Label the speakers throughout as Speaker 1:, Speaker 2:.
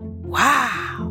Speaker 1: Wow.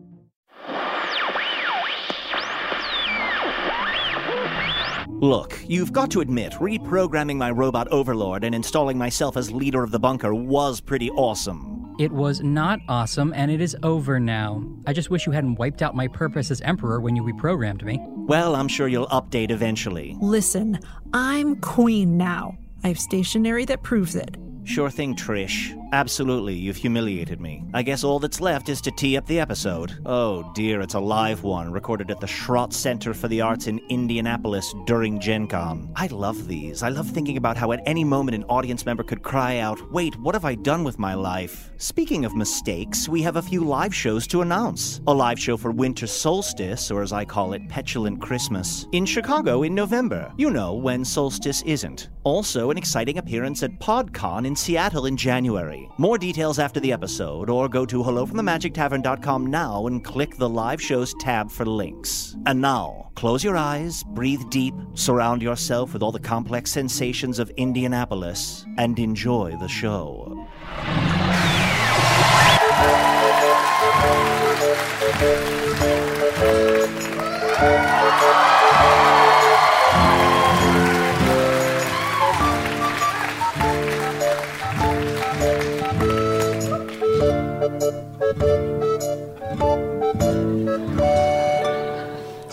Speaker 2: Look, you've got to admit, reprogramming my robot overlord and installing myself as leader of the bunker was pretty awesome.
Speaker 3: It was not awesome, and it is over now. I just wish you hadn't wiped out my purpose as Emperor when you reprogrammed me.
Speaker 2: Well, I'm sure you'll update eventually.
Speaker 1: Listen, I'm queen now. I have stationery that proves it.
Speaker 2: Sure thing, Trish. Absolutely, you've humiliated me. I guess all that's left is to tee up the episode. Oh dear, it's a live one, recorded at the Schrott Center for the Arts in Indianapolis during Gen Con. I love these. I love thinking about how at any moment an audience member could cry out, Wait, what have I done with my life? Speaking of mistakes, we have a few live shows to announce. A live show for Winter Solstice, or as I call it, Petulant Christmas, in Chicago in November. You know, when solstice isn't. Also, an exciting appearance at PodCon in Seattle in January. More details after the episode, or go to hellofromthemagictavern.com now and click the live shows tab for links. And now, close your eyes, breathe deep, surround yourself with all the complex sensations of Indianapolis, and enjoy the show.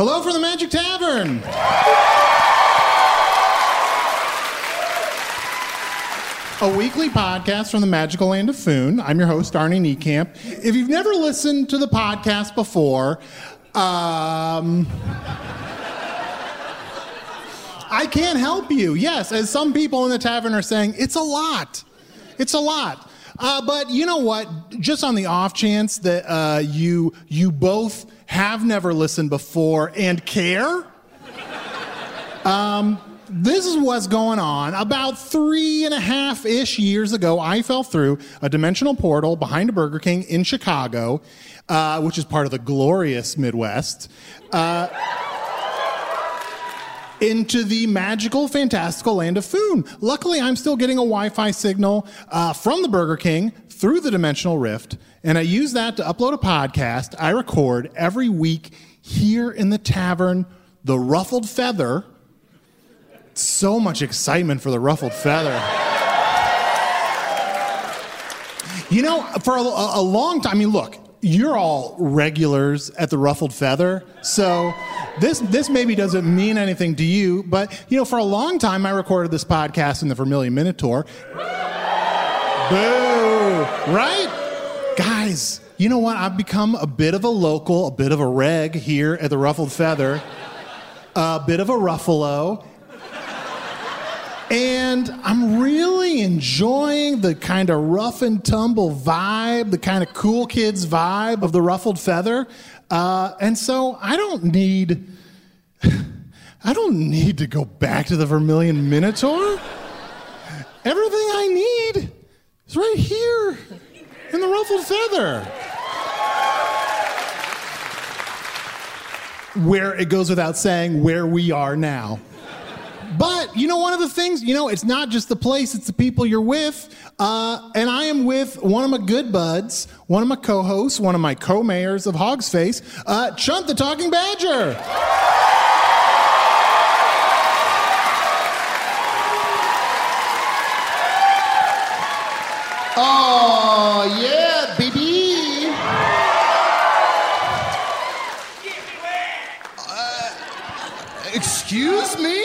Speaker 4: Hello from the Magic Tavern. A weekly podcast from the magical land of Foon. I'm your host, Arnie Niekamp. If you've never listened to the podcast before, um, I can't help you. Yes, as some people in the tavern are saying, it's a lot. It's a lot. Uh, but you know what? Just on the off chance that uh, you you both have never listened before and care, um, this is what's going on. About three and a half ish years ago, I fell through a dimensional portal behind a Burger King in Chicago, uh, which is part of the glorious Midwest. Uh, into the magical, fantastical land of Foon. Luckily, I'm still getting a Wi Fi signal uh, from the Burger King through the dimensional rift, and I use that to upload a podcast I record every week here in the tavern, The Ruffled Feather. So much excitement for The Ruffled Feather. You know, for a, a long time, I mean, look, you're all regulars at the Ruffled Feather, so this this maybe doesn't mean anything to you, but you know, for a long time, I recorded this podcast in the Vermilion Minotaur. Boo! Right, guys. You know what? I've become a bit of a local, a bit of a reg here at the Ruffled Feather, a bit of a ruffalo, and I'm really enjoying the kind of rough and tumble vibe, the kind of cool kids vibe of the ruffled feather. Uh, and so I don't need, I don't need to go back to the Vermilion Minotaur. Everything I need is right here in the ruffled feather. where it goes without saying where we are now. But you know, one of the things, you know, it's not just the place, it's the people you're with. Uh, and I am with one of my good buds, one of my co hosts, one of my co mayors of Hog's Face, uh, Chump the Talking Badger. Oh, yeah, baby.
Speaker 5: Excuse me?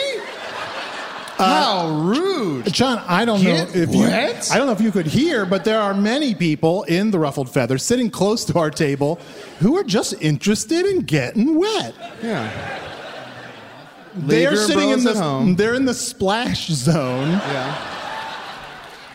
Speaker 5: Uh, How rude.
Speaker 4: John, I don't
Speaker 5: Get
Speaker 4: know if
Speaker 5: wet?
Speaker 4: you I don't know if you could hear, but there are many people in the ruffled feathers sitting close to our table who are just interested in getting wet.
Speaker 5: Yeah. Leave
Speaker 4: They're
Speaker 5: your
Speaker 4: sitting in
Speaker 5: umbrellas
Speaker 4: the
Speaker 5: at home.
Speaker 4: they're in the splash zone.
Speaker 5: Yeah.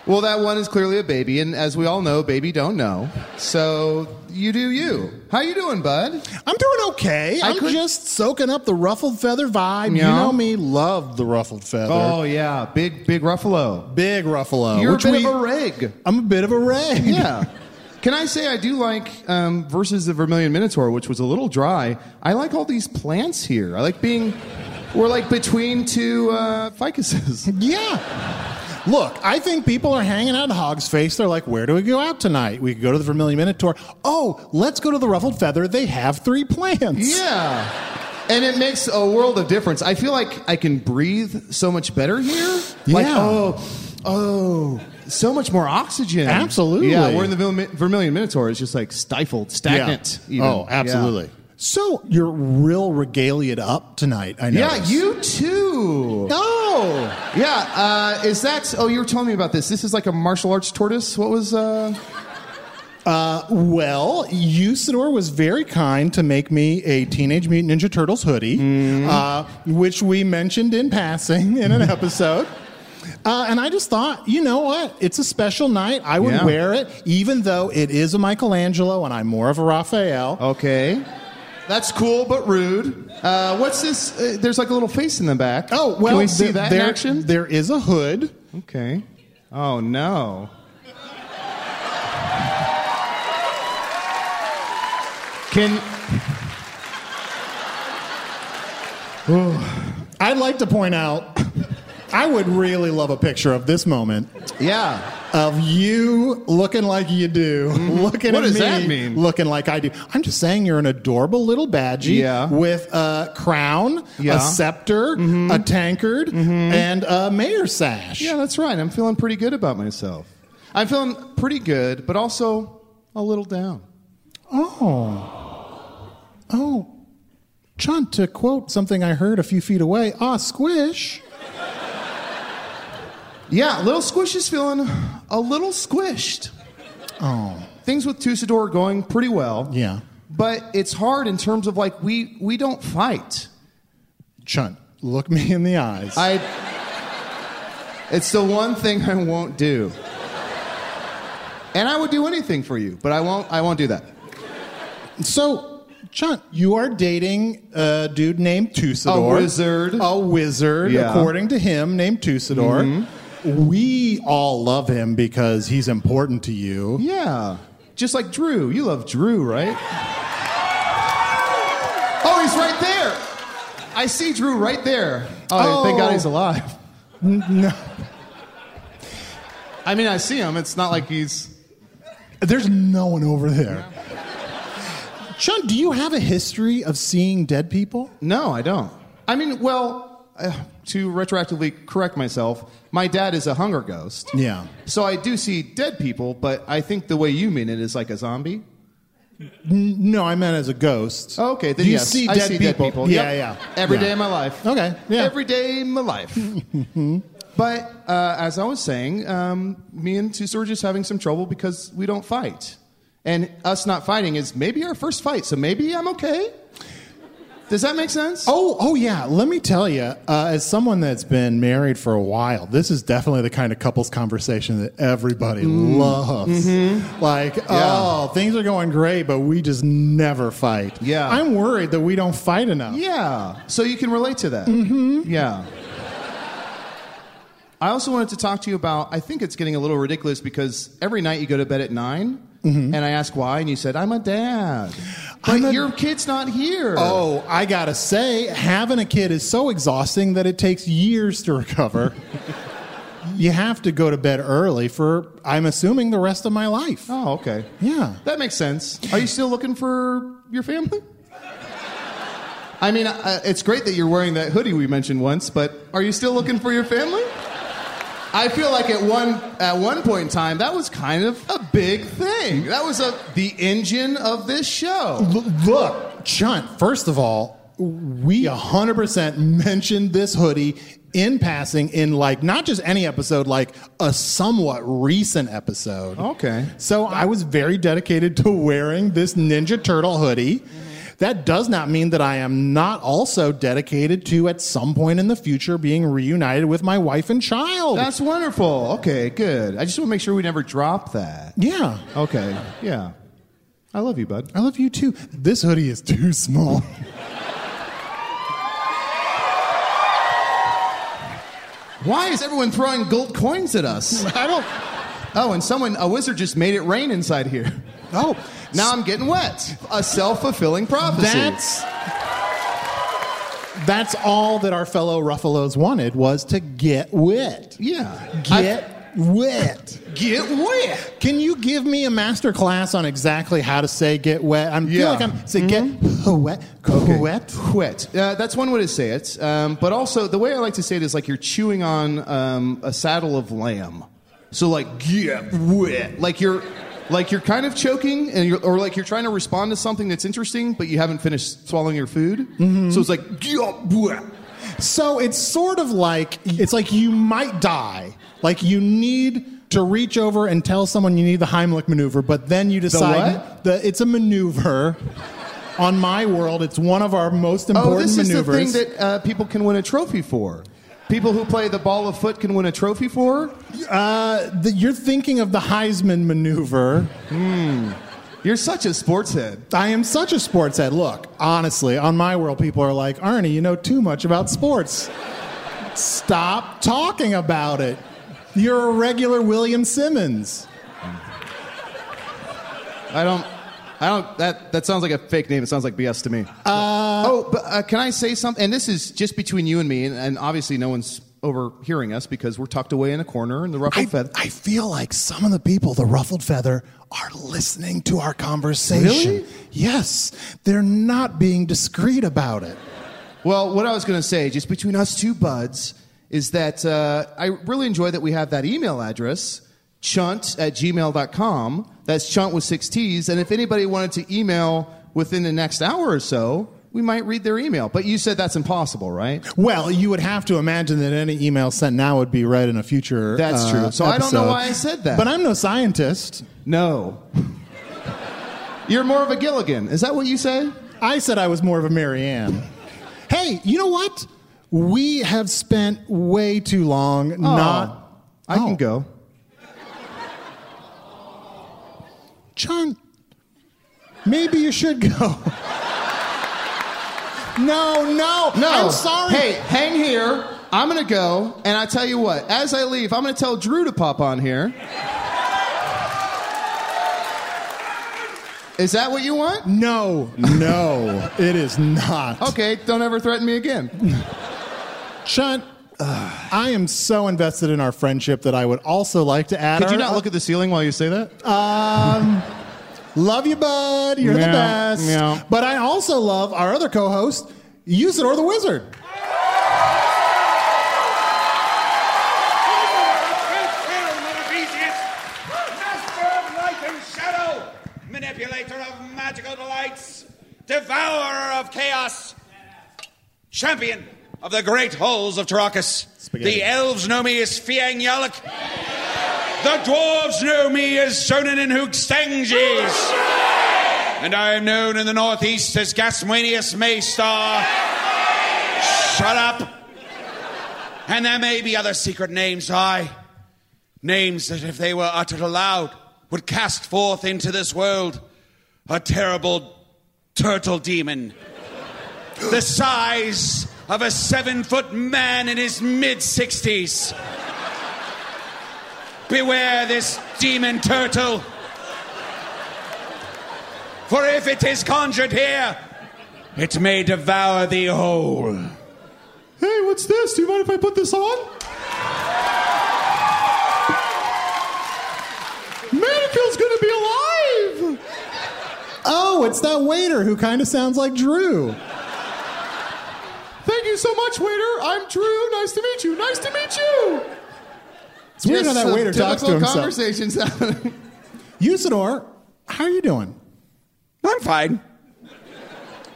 Speaker 5: Well, that one is clearly a baby, and as we all know, baby don't know. So you do you. How you doing, bud?
Speaker 4: I'm doing okay.
Speaker 5: I
Speaker 4: I'm
Speaker 5: could-
Speaker 4: just soaking up the ruffled feather vibe. You
Speaker 5: Yeah.
Speaker 4: know me, love the ruffled feather.
Speaker 5: Oh yeah, big big Ruffalo.
Speaker 4: Big ruffalo.
Speaker 5: You're a
Speaker 4: which
Speaker 5: bit
Speaker 4: we-
Speaker 5: of a rig.
Speaker 4: I'm a bit of a rag.
Speaker 5: Yeah. Can I say I do like um, versus the Vermilion Minotaur, which was a little dry. I like all these plants here. I like being we're like between two uh, ficuses.
Speaker 4: Yeah. Look, I think people are hanging out at Hog's Face. They're like, where do we go out tonight? We could go to the Vermilion Minotaur. Oh, let's go to the Ruffled Feather. They have three plants.
Speaker 5: Yeah. And it makes a world of difference. I feel like I can breathe so much better here. Like,
Speaker 4: Yeah.
Speaker 5: oh, oh, so much more oxygen.
Speaker 4: Absolutely.
Speaker 5: Yeah, we're in the Vermi- Vermilion Minotaur. It's just like stifled, stagnant.
Speaker 4: Yeah.
Speaker 5: even.
Speaker 4: Oh, absolutely. So you're real regaliaed up tonight, I know.
Speaker 5: Yeah, yeah you too.
Speaker 4: No.
Speaker 5: Yeah, uh, is that? Oh, you were telling me about this. This is like a martial arts tortoise. What was? Uh,
Speaker 4: Well, Usador was very kind to make me a Teenage Mutant Ninja Turtles hoodie,
Speaker 5: Mm-hmm.
Speaker 4: uh, which we mentioned in passing in an episode. Uh, and I just thought, you know what? It's a special night. I would
Speaker 5: Yeah.
Speaker 4: wear it, even though it is a Michelangelo and I'm more of a Raphael.
Speaker 5: Oh. okay, that's cool but rude. Uh, what's this? Uh, there's like a little face in the back.
Speaker 4: Oh, well,
Speaker 5: can we see
Speaker 4: th-
Speaker 5: that in
Speaker 4: there,
Speaker 5: action?
Speaker 4: there is a hood.
Speaker 5: okay. Oh no. Can
Speaker 4: I'd like to point out, I would really love a picture of this moment.
Speaker 5: yeah.
Speaker 4: of you looking like you do, looking
Speaker 5: Mm-hmm.
Speaker 4: at
Speaker 5: What does
Speaker 4: me,
Speaker 5: that mean?
Speaker 4: looking like I do. I'm just saying you're an adorable little badgie
Speaker 5: Yeah.
Speaker 4: with a crown,
Speaker 5: Yeah. Mm-hmm.
Speaker 4: a scepter, a tankard, and a mayor's sash.
Speaker 5: Yeah, that's right. I'm feeling pretty good about myself. I'm feeling pretty good, but also a little down.
Speaker 4: Oh, John, to quote something I heard a few feet away, ah, squish.
Speaker 5: Yeah, little squish is feeling a little squished.
Speaker 4: Oh,
Speaker 5: things with Tusador are going pretty well.
Speaker 4: Yeah.
Speaker 5: But it's hard in terms of like we we don't fight.
Speaker 4: Chunt, look me in the eyes.
Speaker 5: I It's the one thing I won't do. And I would do anything for you, but I won't I won't do that.
Speaker 4: So, John, you are dating a dude named Tusador.
Speaker 5: A wizard.
Speaker 4: A wizard,
Speaker 5: Yeah. Mm-hmm.
Speaker 4: according to him, named Tusador. We all love him because he's important to you.
Speaker 5: Yeah. Just like Drew. You love Drew, right? Oh, he's right there. I see Drew right there. Oh, thank God he's alive.
Speaker 4: No,
Speaker 5: I mean, I see him. It's not like he's
Speaker 4: there's no one over there. John, do you have a history of seeing dead people?
Speaker 5: No, I don't. I mean, well, uh, to retroactively correct myself, my dad is a hunger ghost.
Speaker 4: Yeah.
Speaker 5: So I do see dead people, but I think the way you mean it is like a zombie.
Speaker 4: No, I meant as a ghost.
Speaker 5: Oh, okay, then
Speaker 4: you
Speaker 5: yes,
Speaker 4: see
Speaker 5: I
Speaker 4: dead
Speaker 5: see
Speaker 4: people.
Speaker 5: dead people.
Speaker 4: Yeah,
Speaker 5: Yep.
Speaker 4: yeah.
Speaker 5: Every
Speaker 4: Yeah.
Speaker 5: day of my life.
Speaker 4: Okay, yeah. Mm-hmm.
Speaker 5: Every day of my life. but uh, as I was saying, um, me and Tusa were just having some trouble because we don't fight, and us not fighting is maybe our first fight. So maybe I'm okay. Does that make sense?
Speaker 4: Oh, oh yeah. Let me tell you, uh, as someone that's been married for a while, this is definitely the kind of couples conversation that everybody
Speaker 5: Mm.
Speaker 4: loves.
Speaker 5: Mm-hmm.
Speaker 4: Like, oh, things are going great, but we just never fight.
Speaker 5: Yeah.
Speaker 4: I'm worried that we don't fight enough.
Speaker 5: Yeah. So you can relate to that. Mm-hmm. Yeah. I also wanted to talk to you about. I think it's getting a little ridiculous because every night you go to bed at 9 and I ask why, and you said Mm-hmm. I'm a dad. But your kid's not here.
Speaker 4: Oh, I gotta say, having a kid is so exhausting that it takes years to recover. you have to go to bed early for, I'm assuming, the rest of my life.
Speaker 5: Oh, okay.
Speaker 4: Yeah.
Speaker 5: That makes sense. Are you still looking for your family? I mean, uh, it's great that you're wearing that hoodie we mentioned once, but are you still looking for your family? I feel like at one at one point in time that was kind of a big thing. That was a the engine of this show.
Speaker 4: L- look, Chunt, first of all, we 100% mentioned this hoodie in passing in like not just any episode, like a somewhat recent episode.
Speaker 5: Okay.
Speaker 4: So I was very dedicated to wearing this Ninja Turtle hoodie. That does not mean that I am not also dedicated to at some point in the future being reunited with my wife and child.
Speaker 5: That's wonderful. Okay, good. I just want to make sure we never drop that.
Speaker 4: yeah.
Speaker 5: Okay. Yeah. I love you, bud.
Speaker 4: I love you too. This hoodie is too small.
Speaker 5: Why is everyone throwing gold coins at us?
Speaker 4: I don't.
Speaker 5: Oh, and someone, a wizard just made it rain inside here.
Speaker 4: Oh,
Speaker 5: Now I'm getting wet. A self fulfilling prophecy.
Speaker 4: That's that's all that our fellow Ruffalos wanted was to get wet.
Speaker 5: yeah.
Speaker 4: Get wet.
Speaker 5: I- get wet.
Speaker 4: Can you give me a master class on exactly how to say get wet? I am feel
Speaker 5: Yeah. Mm-hmm.
Speaker 4: like I'm say get wet, wet.
Speaker 5: Wet. Uh, that's one way to say it. Um, but also, the way I like to say it is like you're chewing on um, a saddle of lamb. So like get wet. Like you're. Like you're kind of choking, and you're, or like you're trying to respond to something that's interesting, but you haven't finished swallowing your food. So it's like, get wet.
Speaker 4: So it's sort of like it's like you might die. Like you need to reach over and tell someone you need the Heimlich maneuver, but then you decide
Speaker 5: what?
Speaker 4: that it's a maneuver. On my world, it's one of our most important
Speaker 5: Oh, this
Speaker 4: maneuvers.
Speaker 5: is the thing that uh, people can win a trophy for. People who play the ball of foot can win a trophy for.
Speaker 4: Uh, the, you're thinking of the Heisman maneuver.
Speaker 5: You're such a sports head.
Speaker 4: I am such a sports head. Look, honestly, on my world, people are like, Arnie, you know too much about sports. Stop talking about it. You're a regular William Simmons.
Speaker 5: I don't. I don't. That that sounds like a fake name. It sounds like BS to me. oh, but uh, can I say something? And this is just between you and me, and, and obviously no one's overhearing us because we're tucked away in a corner in the ruffled feather.
Speaker 4: I feel like some of the people, the ruffled feather, are listening to our conversation.
Speaker 5: Really?
Speaker 4: Yes, they're not being discreet about it.
Speaker 5: Well, what I was going to say, just between us two buds, is that uh, I really enjoy that we have that email address, chunt at gmail.com. That's chunt with six T's. And if anybody wanted to email within the next hour or so, we might read their email. But you said that's impossible, right?
Speaker 4: Well, you would have to imagine that any email sent now would be read in a future.
Speaker 5: That's
Speaker 4: uh,
Speaker 5: true. So I don't know
Speaker 4: episode.
Speaker 5: why I said that.
Speaker 4: But I'm no scientist.
Speaker 5: No. You're more of a Gilligan. Is that what you say?
Speaker 4: I said I was more of a Marianne. hey, you know what? We have spent way too
Speaker 5: Oh.
Speaker 4: long not.
Speaker 5: I
Speaker 4: Oh.
Speaker 5: can go.
Speaker 4: John, maybe you should go. no, no,
Speaker 5: No.
Speaker 4: I'm sorry.
Speaker 5: Hey, hang here. I'm going to go. And I tell you what, as I leave, I'm going to tell Drew to pop on here. Is that what you want?
Speaker 4: No, no, it is not.
Speaker 5: Okay, don't ever threaten me again.
Speaker 4: Sean, I am so invested in our friendship that I would also like to add.
Speaker 5: Could you
Speaker 4: our-
Speaker 5: not look at the ceiling while you say that?
Speaker 4: Um, love you, bud. You're the
Speaker 5: Meow,
Speaker 4: best.
Speaker 5: meow.
Speaker 4: But I also love our other co-host, Usador the Wizard.
Speaker 6: Master of light and shadow, manipulator of magical delights, devourer of chaos, champion of the great halls of Tarakas. The elves know me as Fiang Yalak. The dwarves know me as Sonin and Hoogstanges. And I am known in the northeast as Gaswanius Maystar. Shut up. And there may be other secret names I names that, if they were uttered aloud, would cast forth into this world a terrible turtle demon the size of a seven foot man in his mid 60s. Beware this demon turtle.
Speaker 7: For if it is conjured here, it may devour thee whole.
Speaker 5: Hey, what's this? Do you mind if I put this on? Manicle's gonna be alive!
Speaker 4: Oh, it's that waiter who kind of sounds like Drew.
Speaker 5: Thank you so much, waiter. I'm Drew. Nice to meet you. Nice to meet you.
Speaker 4: It's weird how that waiter talks to himself.
Speaker 5: conversations happening.
Speaker 4: Usador, how are you doing?
Speaker 7: I'm fine.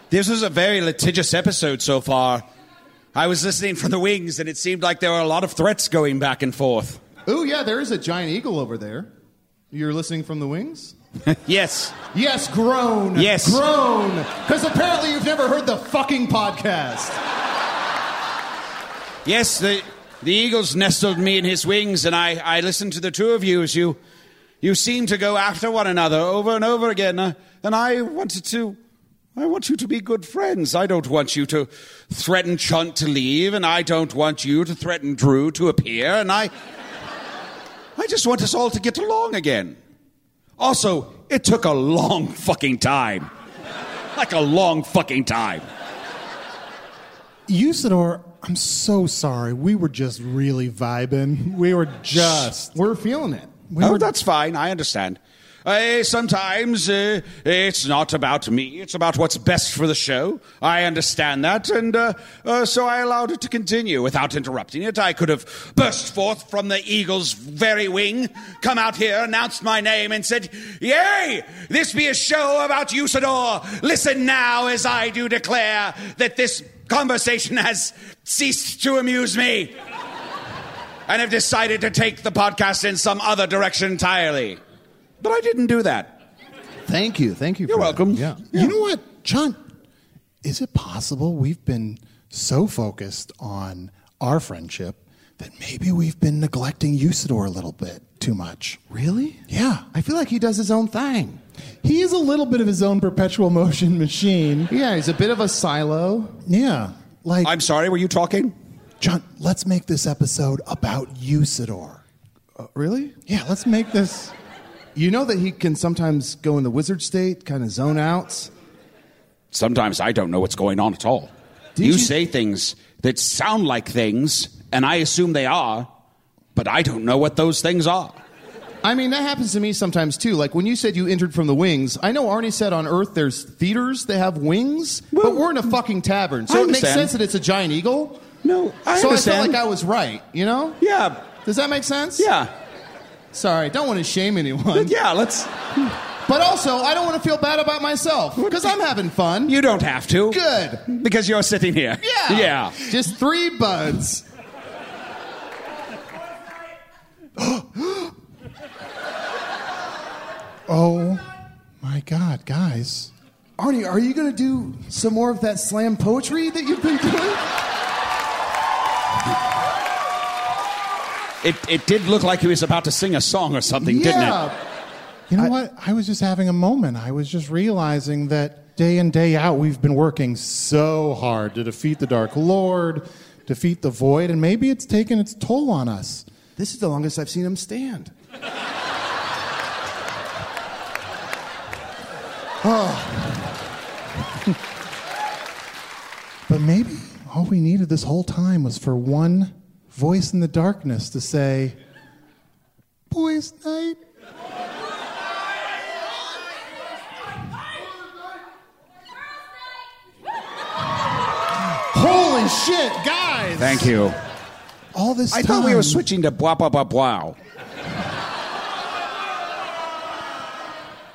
Speaker 7: This was a very litigious episode so far. I was listening from the wings, and it seemed like there were a lot of threats going back and forth.
Speaker 5: Ooh, yeah, there is a giant eagle over there. You're listening from the wings?
Speaker 7: Yes.
Speaker 5: Yes, groan.
Speaker 7: Yes.
Speaker 5: Groan. Because apparently you've never heard the fucking podcast.
Speaker 7: Yes, the, the eagles nestled me in his wings, and I, I listened to the two of you as you, you seemed to go after one another over and over again. uh, and I wanted to. I want you to be good friends. I don't want you to threaten Chunt to leave, and I don't want you to threaten Drew to appear, and I. I just want us all to get along again. Also, it took a long fucking time. Like a long fucking time.
Speaker 4: Usador, I'm so sorry. We were just really vibing. We were just.
Speaker 5: We're feeling it.
Speaker 7: oh, that's fine. I understand. Uh, sometimes uh, it's not about me. It's about what's best for the show. I understand that, and uh, uh, so I allowed it to continue without interrupting it. I could have burst forth from the eagle's very wing, come out here, announced my name, and said, "Yay! This be a show about Usador. Listen now, as I do declare that this conversation has ceased to amuse me." and have decided to take the podcast in some other direction entirely. But I didn't do that.
Speaker 5: Thank you. Thank you.
Speaker 7: You're
Speaker 5: for that.
Speaker 7: welcome.
Speaker 5: Yeah.
Speaker 4: You know what, John? Is it possible we've been so focused on our friendship that maybe we've been neglecting Usador a little bit too much?
Speaker 5: Really?
Speaker 4: Yeah.
Speaker 5: I feel like he does his own thing.
Speaker 4: He is a little bit of his own perpetual motion machine.
Speaker 5: Yeah, he's a bit of a silo.
Speaker 4: Yeah. Like,
Speaker 7: I'm sorry, were you talking?
Speaker 4: John, let's make this episode about Usador.
Speaker 5: Really?
Speaker 4: Yeah, let's make this.
Speaker 5: You know that he can sometimes go in the wizard state, kind of zone out.
Speaker 7: Sometimes I don't know what's going on at all.
Speaker 5: Did
Speaker 7: you,
Speaker 5: you-
Speaker 7: say things that sound like things, and I assume they are, but I don't know what those things are.
Speaker 5: I mean, that happens to me sometimes too. Like when you said you entered from the wings, I know Arnie said on Earth there's theaters that have wings, but we're in a fucking tavern, so
Speaker 7: I
Speaker 5: it makes
Speaker 7: understand.
Speaker 5: sense that it's a giant eagle.
Speaker 7: No, I
Speaker 5: so I
Speaker 7: understand.
Speaker 5: felt like I was right, you know?
Speaker 7: Yeah,
Speaker 5: Does that make sense?
Speaker 7: yeah,
Speaker 5: Sorry, don't want to shame anyone.
Speaker 7: yeah. Let's.
Speaker 5: But also, I don't want to feel bad about myself because I'm having fun.
Speaker 7: You don't have to.
Speaker 5: Good.
Speaker 7: Because you're sitting here.
Speaker 5: Yeah.
Speaker 7: Yeah.
Speaker 5: Just three buds.
Speaker 4: Oh my God, guys.
Speaker 5: Arnie, are you going to do some more of that slam poetry that you've been doing?
Speaker 7: It, it did look like he was about to sing a song or something, didn't it?
Speaker 4: You know what? I was just having a moment. I was just realizing that day in, day out, we've been working so hard to defeat the Dark Lord, defeat the Void, and maybe it's taken its toll on us.
Speaker 5: This is the longest I've seen him stand.
Speaker 4: But maybe all we needed this whole time was for one voice in the darkness to say, Boys' night. Holy shit, guys!
Speaker 7: Thank you.
Speaker 4: All this
Speaker 7: I
Speaker 4: time.
Speaker 7: thought we were switching to blah blah blah blah.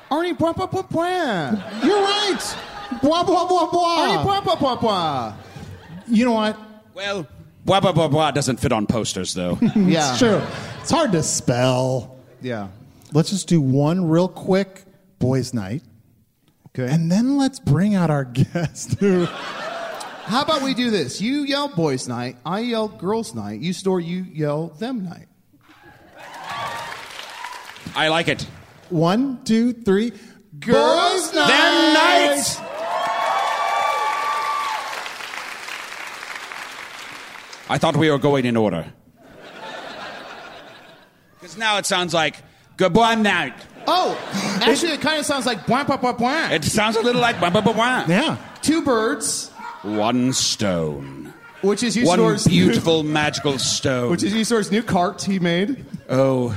Speaker 5: Arnie, blah, blah, blah, blah.
Speaker 4: You're right. Blah blah blah
Speaker 5: Arnie,
Speaker 4: blah.
Speaker 5: blah, blah, blah, blah.
Speaker 4: You know what?
Speaker 7: Well, blah blah blah blah doesn't fit on posters though.
Speaker 5: Yeah.
Speaker 4: It's true. It's hard to spell.
Speaker 5: Yeah.
Speaker 4: Let's just do one real quick boys' night,
Speaker 5: Okay.
Speaker 4: and then let's bring out our guest. who-
Speaker 5: How about we do this? You yell boys' night, I yell girls' night, you store, you yell them night.
Speaker 7: I like it.
Speaker 4: one, two, three.
Speaker 5: Girls' night.
Speaker 7: Them nights. I thought we were going in order. Because now it sounds like good boy night.
Speaker 5: Oh, actually, it kind of sounds like boing, boing, boing, boing.
Speaker 7: It sounds a little like blah, blah, blah, blah.
Speaker 4: Yeah.
Speaker 5: Two birds,
Speaker 7: One stone.
Speaker 5: which is
Speaker 7: One
Speaker 5: Usador's
Speaker 7: beautiful magical stone.
Speaker 5: new, which is Usador's new cart he made.
Speaker 7: Oh,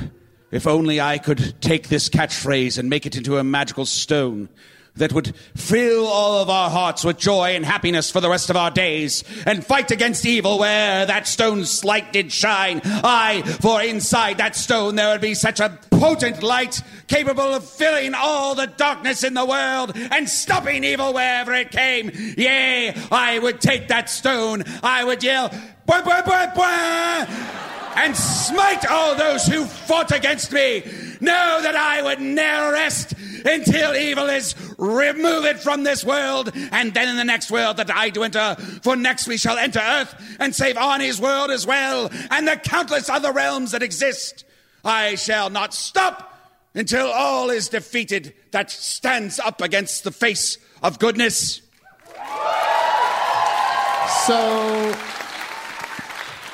Speaker 7: if only I could take this catchphrase and make it into a magical stone that would fill all of our hearts with joy and happiness for the rest of our days and fight against evil where that stone's light did shine. Aye, for inside that stone there would be such a potent light capable of filling all the darkness in the world and stopping evil wherever it came. Yea, I would take that stone. I would yell, "Bwah, bwah, bwah, bwah!" and smite all those who fought against me. Know that I would ne'er rest until evil is removed from this world, and then in the next world that I do enter. For next we shall enter Earth and save Arnie's world as well, and the countless other realms that exist. I shall not stop until all is defeated that stands up against the face of goodness.
Speaker 5: So,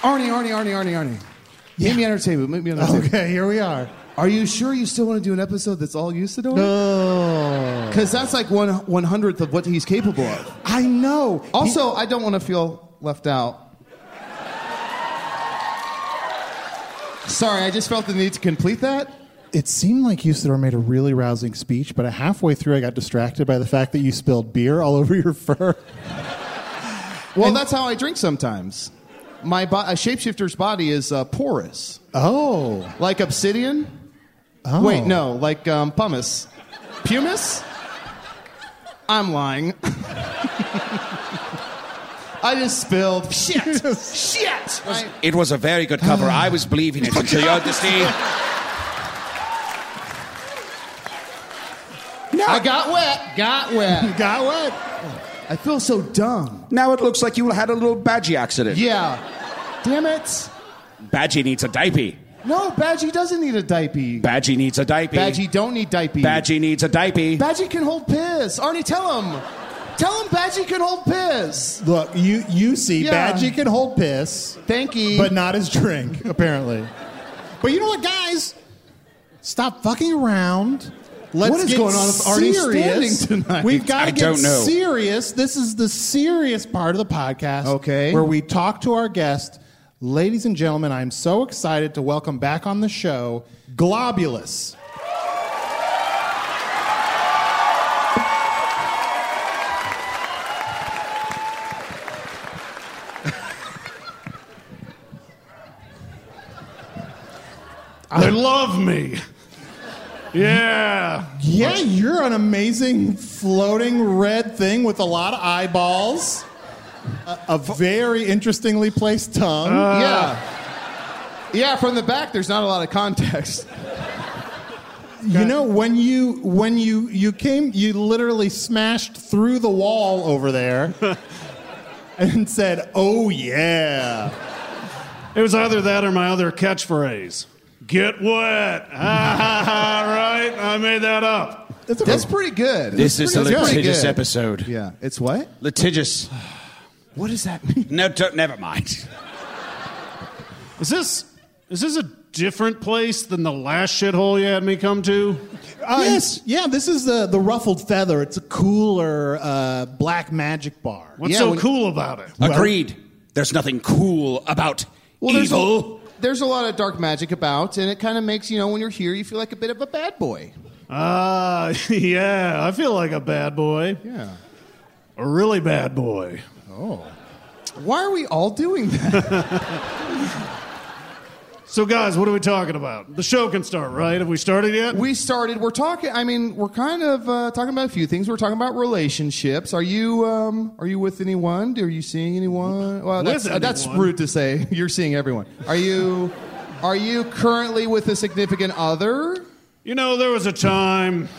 Speaker 5: Arnie, Arnie, Arnie, Arnie, Arnie. Meet me on our table. Meet me on our table.
Speaker 4: Okay, here we are.
Speaker 5: Are you sure you still want to do an episode that's all Usador?
Speaker 4: Oh,
Speaker 5: Because that's like one one hundredth of what he's capable of.
Speaker 4: I know.
Speaker 5: Also, I don't want to feel left out. Sorry, I just felt the need to complete that.
Speaker 4: It seemed like Usador made a really rousing speech, but halfway through, I got distracted by the fact that you spilled beer all over your fur.
Speaker 5: Well, that's how I drink sometimes. My bo- a shapeshifter's body is uh, porous,
Speaker 4: Oh,
Speaker 5: like obsidian.
Speaker 4: oh.
Speaker 5: Wait, no, like um, pumice, pumice. I'm lying. I just spilled shit. shit. I-
Speaker 7: It was a very good cover. I was believing it until you heard the Steve.
Speaker 5: I got wet. Got wet.
Speaker 4: Got what?
Speaker 5: I feel so dumb.
Speaker 7: Now it looks like you had a little badgie accident.
Speaker 5: Yeah. Damn it.
Speaker 7: Badgie needs a diaper.
Speaker 5: No, Badgie doesn't need a diaper.
Speaker 7: Badgie needs a diaper.
Speaker 5: Badgie don't need diaper.
Speaker 7: Badgie needs a diaper.
Speaker 5: Badgie can hold piss. Arnie, tell him. Tell him Badgie can hold piss.
Speaker 4: Look, you you see,
Speaker 5: Yeah.
Speaker 4: Badgie can hold piss,
Speaker 5: Thank you.
Speaker 4: but not his drink, apparently. But you know what, guys? Stop fucking around. Let's
Speaker 5: What is
Speaker 4: get
Speaker 5: going on with Arnie
Speaker 4: serious.
Speaker 5: standing tonight?
Speaker 4: We've got
Speaker 7: I
Speaker 4: to get
Speaker 7: don't know.
Speaker 4: serious. This is the serious part of the podcast.
Speaker 5: Okay.
Speaker 4: Where we talk to our guest. Ladies and gentlemen, I'm so excited to welcome back on the show Globulus.
Speaker 8: They love me. Yeah.
Speaker 4: Yeah, you're an amazing floating red thing with a lot of eyeballs, a, a very interestingly placed tongue.
Speaker 5: Uh, yeah. Yeah, from the back, there's not a lot of context.
Speaker 4: you know, when you when you you came, you literally smashed through the wall over there and said, "Oh yeah."
Speaker 8: It was either that or my other catchphrase. Get wet. Ha ha ha, right? I made that up.
Speaker 4: That's, a-
Speaker 5: That's pretty good.
Speaker 7: This is a
Speaker 5: pretty- that's pretty
Speaker 7: litigious
Speaker 5: good.
Speaker 7: episode.
Speaker 5: Yeah. It's what?
Speaker 7: Litigious.
Speaker 5: What does that mean?
Speaker 7: No, don't, never mind.
Speaker 8: Is this is this a different place than the last shithole you had me come to?
Speaker 4: uh, yes, yeah. This is the the ruffled feather. It's a cooler uh, black magic bar.
Speaker 8: What's
Speaker 5: Yeah,
Speaker 8: so
Speaker 5: when-
Speaker 8: cool about it?
Speaker 7: Agreed. There's nothing cool about
Speaker 5: there's
Speaker 7: evil.
Speaker 5: a, there's a lot of dark magic about, and it kind of makes, you know, when you're here, you feel like a bit of a bad boy.
Speaker 8: Ah, yeah. I feel like a bad boy.
Speaker 5: Yeah.
Speaker 8: A really bad boy.
Speaker 5: Why are we all doing that?
Speaker 8: So, guys, what are we talking about? The show can start, right? Have we started yet?
Speaker 5: we started, we're talking, I mean, we're kind of uh, talking about a few things. We're talking about relationships. Are you um, are you with anyone? Are you seeing anyone? Well, that's,
Speaker 8: With
Speaker 5: uh, that's
Speaker 8: anyone?
Speaker 5: rude to say. You're seeing everyone. Are you are you currently with a significant other?
Speaker 8: You know, there was a time,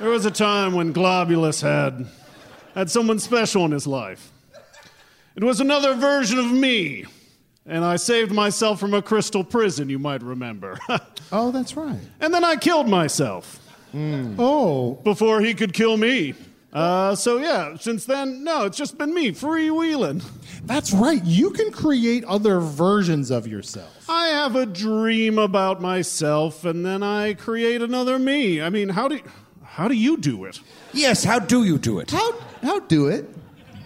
Speaker 8: there was a time when Globulus had had someone special in his life. It was another version of me, and I saved myself from a crystal prison, you might remember.
Speaker 5: Oh, that's right.
Speaker 8: and then I killed myself
Speaker 4: Oh,
Speaker 8: before he could kill me. Uh, so yeah, since then, no, it's just been me freewheeling.
Speaker 4: that's right. You can create other versions of yourself.
Speaker 8: I
Speaker 5: I have a dream about myself and then I create another me. I mean, how do how do you do it?
Speaker 4: Yes, how do you do it?
Speaker 3: How how do it?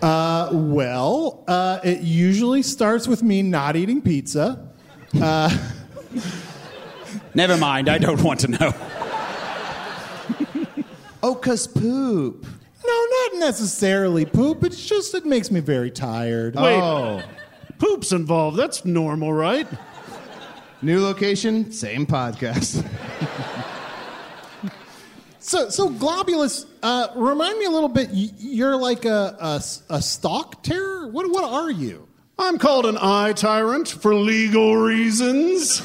Speaker 4: Uh, well, uh, it usually starts with me not eating pizza. Uh,
Speaker 7: Never mind, I don't want to know.
Speaker 3: oh, cause poop.
Speaker 4: No, not necessarily poop. It's just it makes me very tired.
Speaker 5: Wait.
Speaker 3: Oh.
Speaker 5: Poop's involved. That's normal, right?
Speaker 3: New location, same podcast.
Speaker 4: So, so globulus, uh, remind me a little bit. y- You're like a, a s- a stock terror. What what are you?
Speaker 5: I'm called an eye tyrant for legal reasons.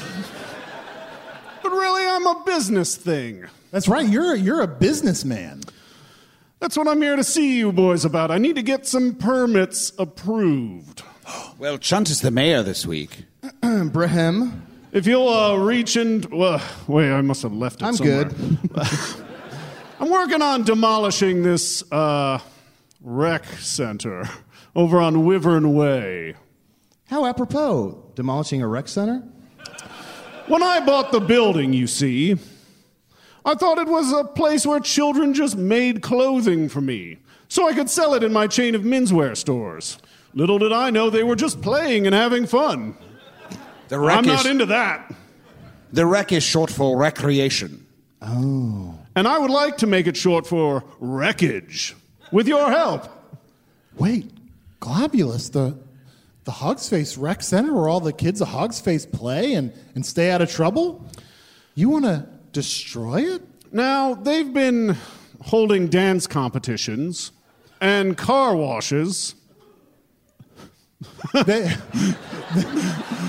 Speaker 5: but really, I'm a business thing.
Speaker 4: That's right. You're you're a businessman.
Speaker 5: That's what I'm here to see you boys about. I need to get some permits approved.
Speaker 7: Well, Chunt is the mayor this week.
Speaker 3: Brehem,
Speaker 5: If you'll uh, reach in. Well, wait, I must have left it
Speaker 3: I'm
Speaker 5: somewhere.
Speaker 3: good.
Speaker 5: I'm working on demolishing this uh, rec center over on Wyvern Way.
Speaker 3: How apropos, demolishing a rec center?
Speaker 5: When I bought the building, you see, I thought it was a place where children just made clothing for me, so I could sell it in my chain of menswear stores. Little did I know they were just playing and having fun.
Speaker 7: The rec,
Speaker 5: I'm
Speaker 7: is,
Speaker 5: not into that.
Speaker 7: the rec is short for recreation.
Speaker 5: And I would like to make it short for wreckage. With your help.
Speaker 4: Wait, globulus the the Hogsface Rec Center where all the kids of Hogsface play and and stay out of trouble. You want to destroy it?
Speaker 5: Now, they've been holding dance competitions and car washes.
Speaker 4: They,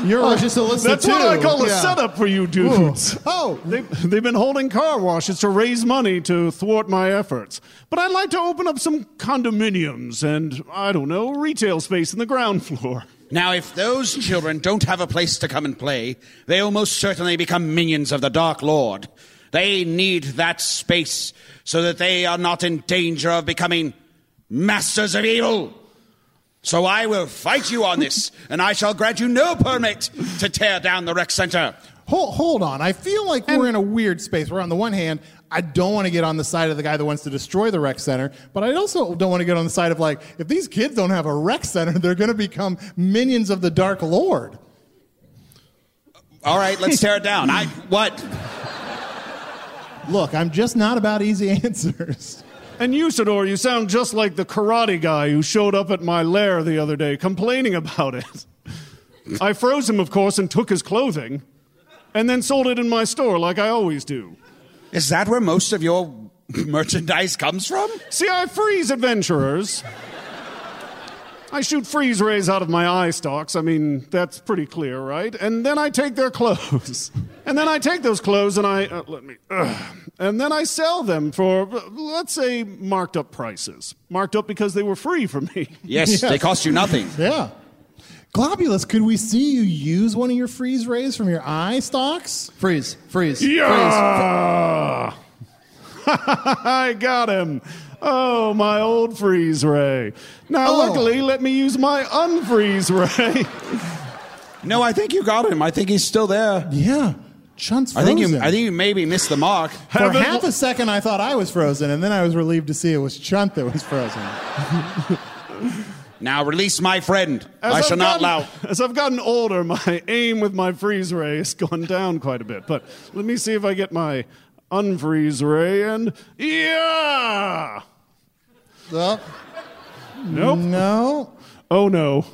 Speaker 3: You're
Speaker 5: Oh,
Speaker 3: just a list of
Speaker 5: That's what I
Speaker 3: two.
Speaker 5: call a
Speaker 3: Yeah.
Speaker 5: setup for you dudes.
Speaker 4: oh,
Speaker 5: They, they've been holding car washes to raise money to thwart my efforts. But I'd like to open up some condominiums and, I don't know, retail space in the ground floor.
Speaker 7: Now, if those children don't have a place to come and play, they almost certainly become minions of the Dark Lord. They need that space so that they are not in danger of becoming masters of evil. So I will fight you on this, and I shall grant you no permit to tear down the rec center.
Speaker 4: Hold, hold on. I feel like we're in a weird space where, on the one hand, I don't want to get on the side of the guy that wants to destroy the rec center, but I also don't want to get on the side of like, if these kids don't have a rec center, they're going to become minions of the Dark Lord.
Speaker 7: All right, let's tear it down. I what?
Speaker 4: Look, I'm just not about easy answers.
Speaker 5: And Usador, you sound just like the karate guy who showed up at my lair the other day complaining about it. I froze him, of course, and took his clothing, and then sold it in my store like I always do.
Speaker 7: Is that where most of your merchandise comes from?
Speaker 5: See, I freeze adventurers. I shoot freeze rays out of my eye stalks. I mean, that's pretty clear, right? And then I take their clothes. And then I take those clothes and I. Uh, let me. ugh. and then I sell them for, uh, let's say, marked up prices. Marked up because they were free for me.
Speaker 7: Yes, they cost you nothing.
Speaker 4: Yeah. Globulus, could we see you use one of your freeze rays from your eye stalks?
Speaker 3: Freeze, freeze,
Speaker 5: Yeah! I got him. Oh, my old freeze ray. Now,
Speaker 4: Oh.
Speaker 5: luckily, let me use my unfreeze ray.
Speaker 7: No, I think you got him. I think he's still there.
Speaker 4: Yeah. Chunt's
Speaker 7: I
Speaker 4: frozen.
Speaker 7: think you. I think you maybe missed the mark.
Speaker 4: For
Speaker 5: Heaven-
Speaker 4: half a second, I thought I was frozen, and then I was relieved to see it was Chunt that was frozen.
Speaker 7: Now release my friend. I
Speaker 5: I've
Speaker 7: shall not
Speaker 5: gotten-
Speaker 7: allow.
Speaker 5: As I've gotten older, my aim with my freeze ray has gone down quite a bit. But let me see if I get my unfreeze ray and. Yeah!
Speaker 4: Oh,
Speaker 5: Nope.
Speaker 4: no.
Speaker 5: Oh, no.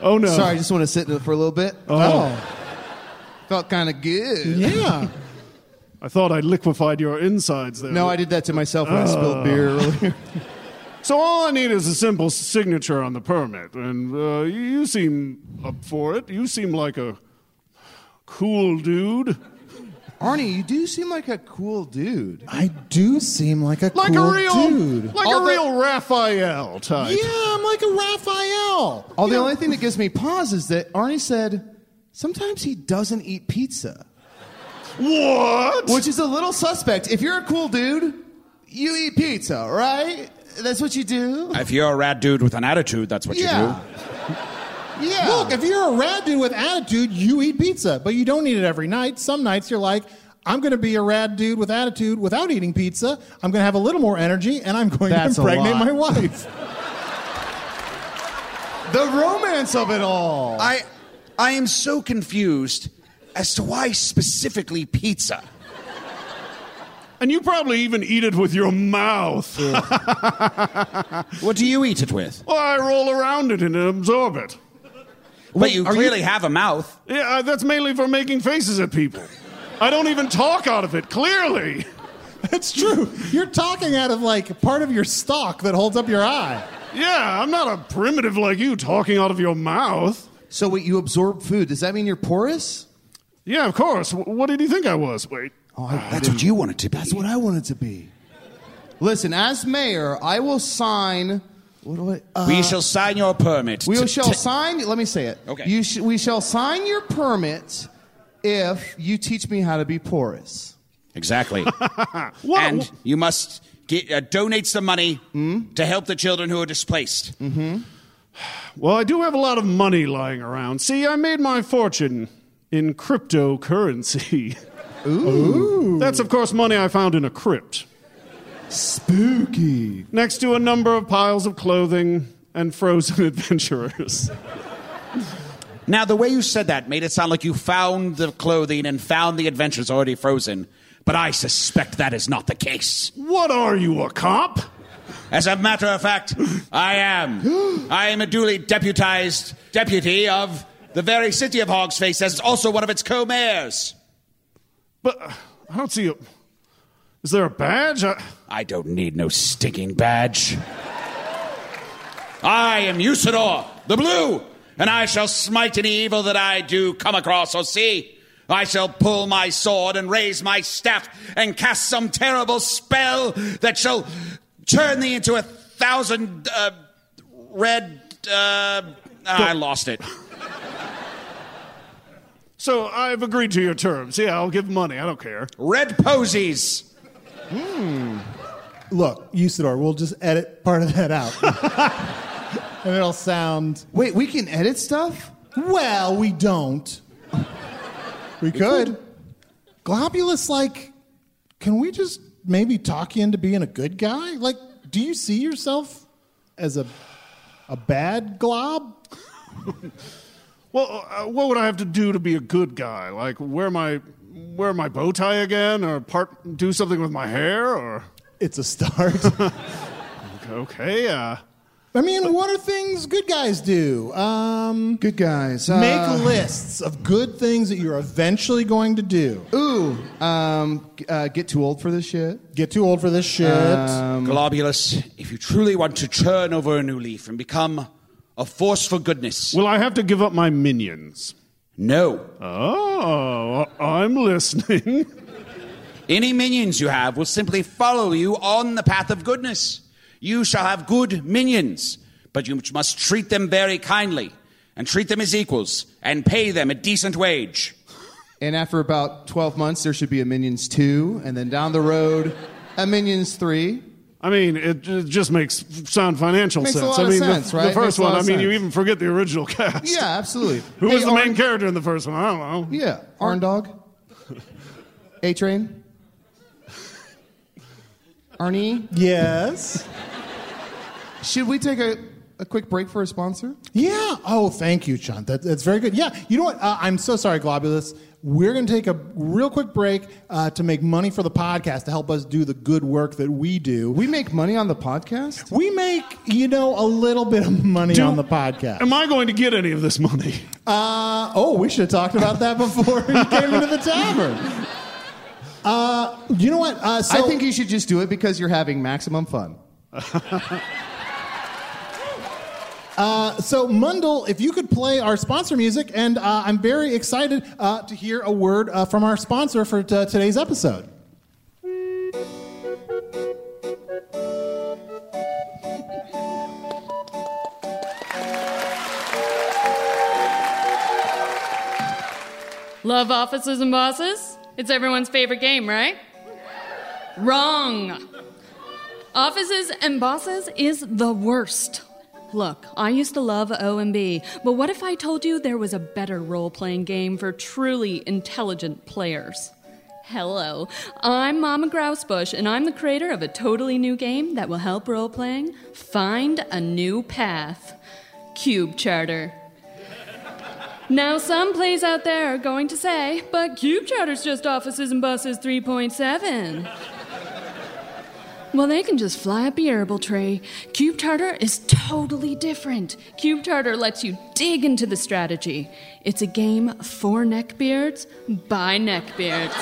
Speaker 5: Oh, no.
Speaker 3: Sorry, I just want to sit in it for a little bit.
Speaker 4: Oh.
Speaker 3: Felt kind of good.
Speaker 4: Yeah.
Speaker 5: I thought I liquefied your insides there.
Speaker 3: No, I did that to myself when I spilled beer earlier.
Speaker 5: So all I need is a simple signature on the permit, and uh, you seem up for it. You seem like a cool dude,
Speaker 3: Arnie, you do seem like a cool dude.
Speaker 4: I do seem like a
Speaker 5: like
Speaker 4: cool
Speaker 5: a real,
Speaker 4: dude.
Speaker 5: like
Speaker 3: Although-
Speaker 5: a real Raphael type.
Speaker 4: yeah, I'm like a Raphael.
Speaker 3: Oh, the only thing that gives me pause is that Arnie said sometimes he doesn't eat pizza,
Speaker 5: What?
Speaker 3: which is a little suspect. If you're a cool dude, you eat pizza, right? That's what you do.
Speaker 7: If you're a rad dude with an attitude, that's what
Speaker 3: yeah.
Speaker 7: you
Speaker 9: Yeah.
Speaker 4: Look, if you're a rad dude with attitude, you eat pizza, but you don't eat it every night. Some nights you're like, I'm going to be a rad dude with attitude without eating pizza. I'm going to have a little more energy, and I'm going
Speaker 9: That's a
Speaker 4: to impregnate
Speaker 9: lot.
Speaker 4: my wife.
Speaker 9: the romance of it all.
Speaker 7: I, I am so confused as to why specifically pizza.
Speaker 5: And you probably even eat it with your mouth.
Speaker 7: what do you eat it with?
Speaker 5: Well, I roll around it and absorb it.
Speaker 7: But you clearly have a mouth.
Speaker 5: Yeah, uh, that's mainly for making faces at people. I don't even talk out of it, clearly.
Speaker 4: That's true. You're talking out of like part of your stock that holds up your eye.
Speaker 5: Yeah, I'm not a primitive like you talking out of your mouth.
Speaker 9: So, wait, you absorb food. Does that mean you're porous?
Speaker 5: Yeah, of course. W- what did you think I was? Wait.
Speaker 9: Oh, I,
Speaker 7: That's what you wanted to be.
Speaker 9: That's what I wanted to be. Listen, as mayor, I will sign. What do I? Uh,
Speaker 7: we shall sign your permit.
Speaker 9: we
Speaker 7: to-
Speaker 9: shall
Speaker 7: to-
Speaker 9: sign. Let me say it.
Speaker 7: Okay.
Speaker 9: You sh- we shall sign your permit if you teach me how to be porous.
Speaker 7: Exactly.
Speaker 5: What?
Speaker 7: and you must get, uh, donate some money to help the children who are displaced.
Speaker 5: Well, I do have a lot of money lying around. See, I made my fortune in cryptocurrency. Ooh. That's, of course, money I found in a crypt.
Speaker 9: Spooky.
Speaker 5: next to a number of piles of clothing and frozen adventurers.
Speaker 7: Now, the way you said that made it sound like you found the clothing and found the adventures already frozen, but I suspect that is not the case.
Speaker 5: What are you, a cop?
Speaker 7: As a matter of fact, I am. I am a duly deputized deputy of the very city of Hogsface, as also one of its co-mayors.
Speaker 5: But uh, I don't see a. Is there a badge? I,
Speaker 7: I don't need no stinking badge. I am Usador, the Blue, and I shall smite any evil that I do come across or see. I shall pull my sword and raise my staff and cast some terrible spell that shall turn thee into a thousand uh, red. Uh, I lost it.
Speaker 5: so I've agreed to your terms. Yeah, I'll give money. I don't care.
Speaker 7: Red posies.
Speaker 4: Look, Usador, we'll just edit part of that out. and it'll sound.
Speaker 9: Wait, we can edit stuff.
Speaker 4: Well, we don't. We could. Globulus, like, can we just maybe talk you into being a good guy? Like, do you see yourself as a a bad glob?
Speaker 5: Well, uh, what would I have to do to be a good guy? Like wear my wear my bow tie again, or part do something with my hair, or
Speaker 4: It's a start.
Speaker 5: okay, uh,
Speaker 4: I mean, what are things good guys do? Um,
Speaker 9: Good guys. uh,
Speaker 4: make lists of good things that you're eventually going to do.
Speaker 9: Ooh, um, g- uh, get too old for this shit. Um,
Speaker 4: Get too old for this shit.
Speaker 7: Globulus, if you truly want to turn over a new leaf and become a force for goodness,
Speaker 5: will I have to give up my minions?
Speaker 7: no.
Speaker 5: Oh, I'm listening.
Speaker 7: Any minions you have will simply follow you on the path of goodness. You shall have good minions, but you must treat them very kindly and treat them as equals and pay them a decent wage.
Speaker 9: And after about 12 months, there should be a Minions 2, and then down the road, a Minions 3.
Speaker 5: I mean, it, it just makes sound financial
Speaker 9: Makes a
Speaker 5: sense.
Speaker 9: lot
Speaker 5: I
Speaker 9: of
Speaker 5: mean,
Speaker 9: sense,
Speaker 5: the,
Speaker 9: right?
Speaker 5: the
Speaker 9: Makes
Speaker 5: first
Speaker 9: a lot
Speaker 5: one. I
Speaker 9: of
Speaker 5: mean, you
Speaker 9: sense.
Speaker 5: even forget the original cast.
Speaker 9: Yeah, absolutely.
Speaker 5: Who
Speaker 9: They
Speaker 5: was the main
Speaker 9: aren't-
Speaker 5: character in the first one? I don't know.
Speaker 9: Yeah, Arn Dog, A Train, Arnie.
Speaker 4: Yes.
Speaker 9: Should we take a, a quick break for a sponsor?
Speaker 4: Yeah. Oh, thank you, Chunt. That, that's very good. Yeah. You know what? Uh, I'm so sorry, Globulus. We're going to take a real quick break uh, to make money for the podcast to help us do the good work that we do.
Speaker 9: We make money on the podcast?
Speaker 4: We make, you know, a little bit of money
Speaker 5: Do-
Speaker 4: on the podcast.
Speaker 5: Am I going to get any of this money?
Speaker 4: Uh, oh, we should have talked about that before you came into the tavern. Uh, you know what? Uh, so
Speaker 9: I think you should just do it because you're having maximum fun.
Speaker 4: Uh, So, Mundel, if you could play our sponsor music, and uh, I'm very excited uh, to hear a word uh, from our sponsor for t- today's episode.
Speaker 10: Love officers and bosses? It's everyone's favorite game, right? Wrong. Offices and bosses is the worst. Look, I used to love OMB, but what if I told you there was a better role playing game for truly intelligent players? Hello, I'm Mama Grousebush, and I'm the creator of a totally new game that will help role playing find a new path Cube Charter. Now, some plays out there are going to say, but Cube Charter's just offices and buses 3.7. Well, they can just fly up the herbal tree. Cube Charter is totally different. Cube Charter lets you dig into the strategy. It's a game for neckbeards by neckbeards.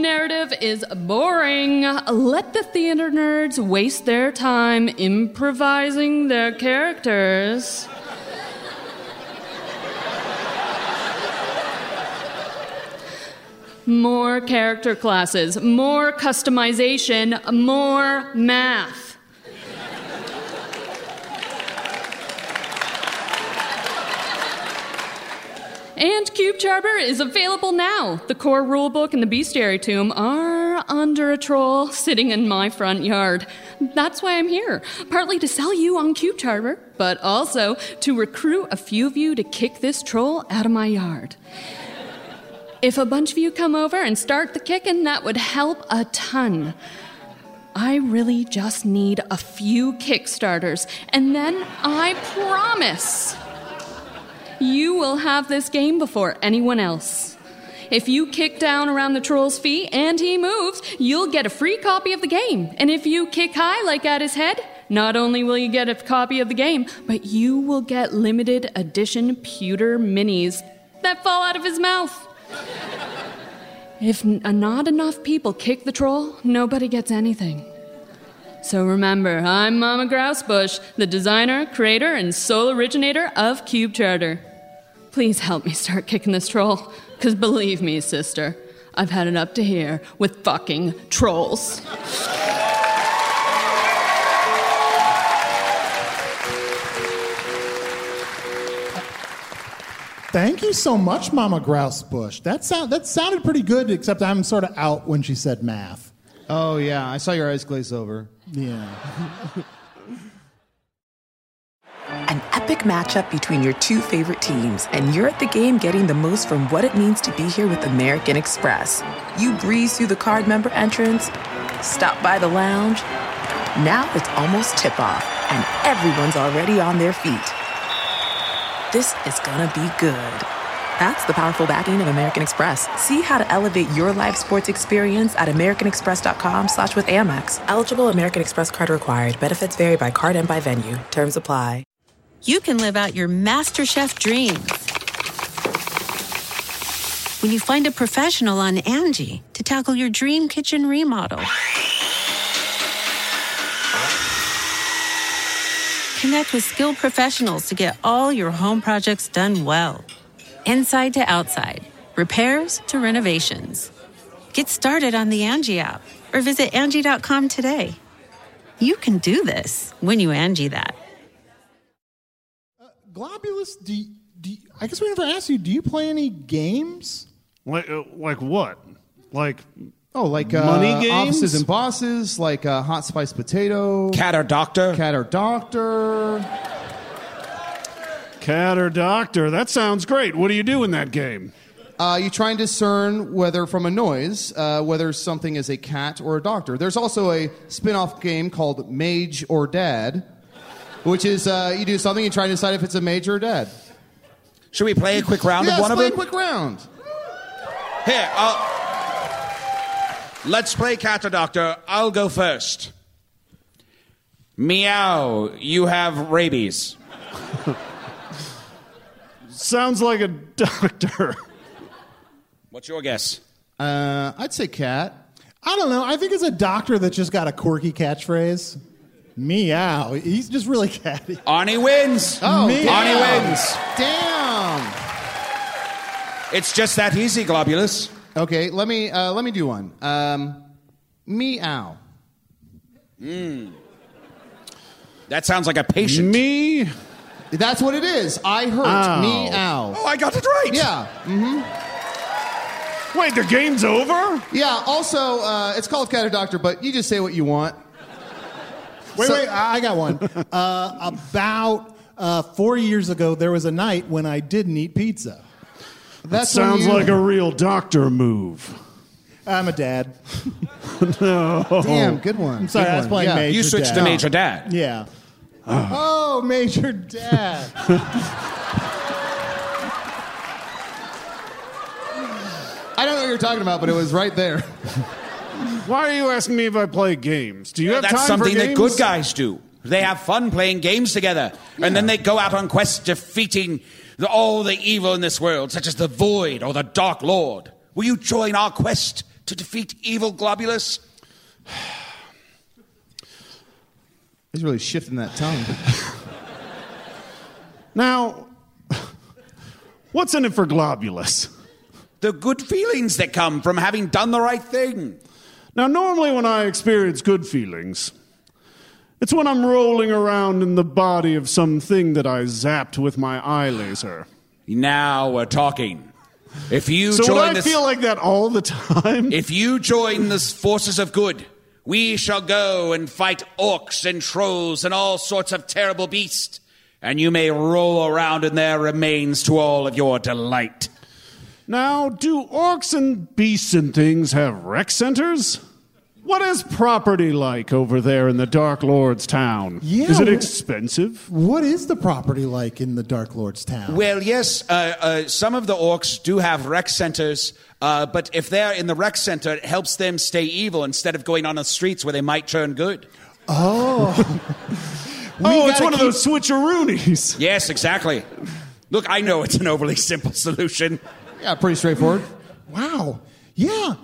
Speaker 10: Narrative is boring. Let the theater nerds waste their time improvising their characters. More character classes, more customization, more math. And Cube Charter is available now. The core rulebook and the bestiary tomb are under a troll sitting in my front yard. That's why I'm here, partly to sell you on Cube Charter, but also to recruit a few of you to kick this troll out of my yard. If a bunch of you come over and start the kicking, that would help a ton. I really just need a few Kickstarters, and then I promise you will have this game before anyone else. If you kick down around the troll's feet and he moves, you'll get a free copy of the game. And if you kick high, like at his head, not only will you get a copy of the game, but you will get limited edition pewter minis that fall out of his mouth. If n- uh, not enough people kick the troll, nobody gets anything. So remember, I'm Mama Grousebush, the designer, creator, and sole originator of Cube Charter. Please help me start kicking this troll, because believe me, sister, I've had it up to here with fucking trolls.
Speaker 4: Thank you so much, Mama Grouse Bush. That sound that sounded pretty good, except I'm sort of out when she said math.
Speaker 5: Oh yeah, I saw your eyes glaze over.
Speaker 4: Yeah.
Speaker 11: An epic matchup between your two favorite teams, and you're at the game getting the most from what it means to be here with American Express. You breeze through the card member entrance, stop by the lounge. Now it's almost tip off, and everyone's already on their feet. This is gonna be good. That's the powerful backing of American Express. See how to elevate your live sports experience at americanexpress.com slash with Amex. Eligible American Express card required. Benefits vary by card and by venue. Terms apply.
Speaker 12: you can live out your MasterChef dreams. When you find a professional on Angie to tackle your dream kitchen remodel, connect with skilled professionals to get all your home projects done well. Inside to outside, repairs to renovations. Get started on the Angie app or visit Angie.com today. You can do this when you Angie that.
Speaker 4: Globulus, do, y- do y- I guess we never asked you? Do you play any games?
Speaker 13: Like, uh, like what? Like
Speaker 5: oh, like uh,
Speaker 13: money games.
Speaker 5: offices and bosses, like uh, hot spice potato,
Speaker 7: cat or doctor,
Speaker 5: cat or doctor.
Speaker 13: Cat or doctor? That sounds great. What do you do in that game?
Speaker 5: Uh, you try and discern whether from a noise uh, whether something is a cat or a doctor. There's also a spin-off game called Mage or Dad, which is uh, you do something you try and decide if it's a mage or a dad.
Speaker 7: Should we play a quick round
Speaker 5: yes,
Speaker 7: of one
Speaker 5: play
Speaker 7: of
Speaker 5: a
Speaker 7: them?
Speaker 5: quick round.
Speaker 7: Here, I'll... let's play cat or doctor. I'll go first. Meow, you have rabies.
Speaker 13: Sounds like a doctor.
Speaker 7: What's your guess?
Speaker 5: Uh, I'd say cat.
Speaker 4: I don't know. I think it's a doctor that just got a quirky catchphrase. Meow. He's just really catty.
Speaker 7: Arnie wins.
Speaker 4: Oh,
Speaker 7: Arnie
Speaker 4: damn.
Speaker 7: wins.
Speaker 5: Damn.
Speaker 7: It's just that easy, Globulus.
Speaker 5: Okay, let me uh, let me do one. Um, meow.
Speaker 7: Mm. That sounds like a patient.
Speaker 13: Me.
Speaker 5: That's what it is. I hurt.
Speaker 7: Ow.
Speaker 5: Meow.
Speaker 7: Oh, I got it right.
Speaker 5: Yeah. Mm-hmm.
Speaker 13: Wait, the game's over?
Speaker 5: Yeah. Also, uh, it's called Cat or Doctor, but you just say what you want.
Speaker 4: Wait, wait, I I got one. Uh, about uh, four years ago, there was a night when I didn't eat pizza.
Speaker 5: That
Speaker 4: when
Speaker 5: sounds
Speaker 4: you-
Speaker 5: like a real doctor move.
Speaker 4: I'm a dad.
Speaker 5: no.
Speaker 4: Damn, good one. Oh. I'm sorry, I was playing Major
Speaker 7: You switched
Speaker 4: Dad.
Speaker 7: to Major Dad.
Speaker 4: Yeah. Oh, Major Dad.
Speaker 8: I don't know what you're talking about, but it was right there.
Speaker 5: Why are you asking me if I play games? Do you have
Speaker 7: That's
Speaker 5: time
Speaker 7: something
Speaker 5: for
Speaker 7: that
Speaker 5: games?
Speaker 7: good guys do. They have fun playing games together, and then they go out on quests defeating the, all the evil in this world, such as the Void or the Dark Lord. Will you join our quest to defeat evil Globulus?
Speaker 8: He's really shifting that tongue.
Speaker 5: Now, what's in it for Globulus?
Speaker 7: The good feelings that come from having done the right thing.
Speaker 5: Now, normally when I experience good feelings, it's when I'm rolling around in the body of something that I zapped with my eye laser.
Speaker 7: Now we're talking. If you
Speaker 5: so
Speaker 7: join
Speaker 5: would I
Speaker 7: this,
Speaker 5: feel like that all the time?
Speaker 7: If you join the forces of good, we shall go and fight orcs and trolls and all sorts of terrible beasts, and you may roll around in their remains to all of your delight.
Speaker 5: Now, do orcs and beasts and things have rec centers? What is property like over there in the Dark Lord's town?
Speaker 4: Yeah,
Speaker 5: is it
Speaker 4: wh-
Speaker 5: expensive?
Speaker 4: What is the property like in the Dark Lord's town?
Speaker 7: Well, yes, uh, uh, some of the orcs do have rec centers, uh, but if they're in the rec center, it helps them stay evil instead of going on the streets where they might turn good.
Speaker 4: Oh.
Speaker 5: oh, it's one of those switcheroonies.
Speaker 7: Yes, exactly. Look, I know it's an overly simple solution.
Speaker 8: Yeah, pretty straightforward.
Speaker 4: Wow. Yeah.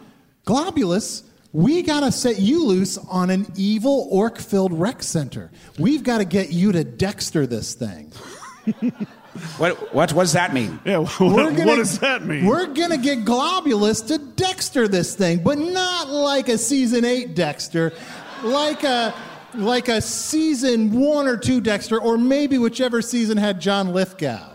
Speaker 4: Globulus, we got to set you loose on an evil orc filled rec center. We've got to get you to Dexter this thing.
Speaker 7: What, what, what does that mean?
Speaker 5: Yeah,
Speaker 4: We're gonna- We're going to get Globulus to Dexter this thing, but not like a season 8 Dexter, like a like a season 1 or 2 Dexter or maybe whichever season had John Lithgow.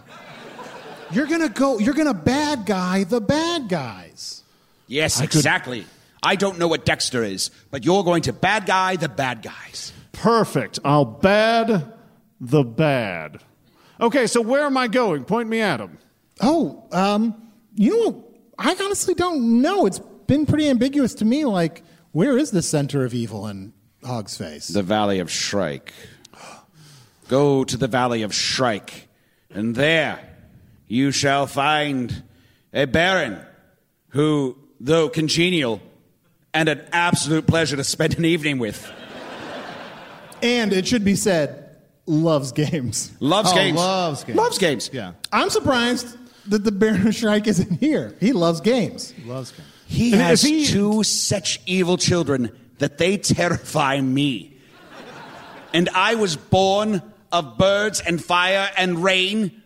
Speaker 4: You're going to go you're going to bad guy the bad guys.
Speaker 7: Yes,
Speaker 4: I could-
Speaker 7: exactly. I don't know what Dexter is, but you're going to bad guy the bad guys.
Speaker 5: Perfect. I'll bad the bad. Okay, so where am I going? Point me at them.
Speaker 4: Oh, um, you know what? I honestly don't know. It's been pretty ambiguous to me. Like, where is the center of evil in Hog's Face?
Speaker 7: The Valley of Shrike. Go to the Valley of Shrike, and there you shall find a baron who, though congenial, and an absolute pleasure to spend an evening with,
Speaker 4: And it should be said, loves games.
Speaker 7: loves
Speaker 8: Oh,
Speaker 7: games. Loves games. Yeah.
Speaker 4: I'm surprised that the Baron of Shrike isn't here. He loves games. Loves games.
Speaker 7: He has two such evil children that they terrify me. and I was born of birds and fire and rain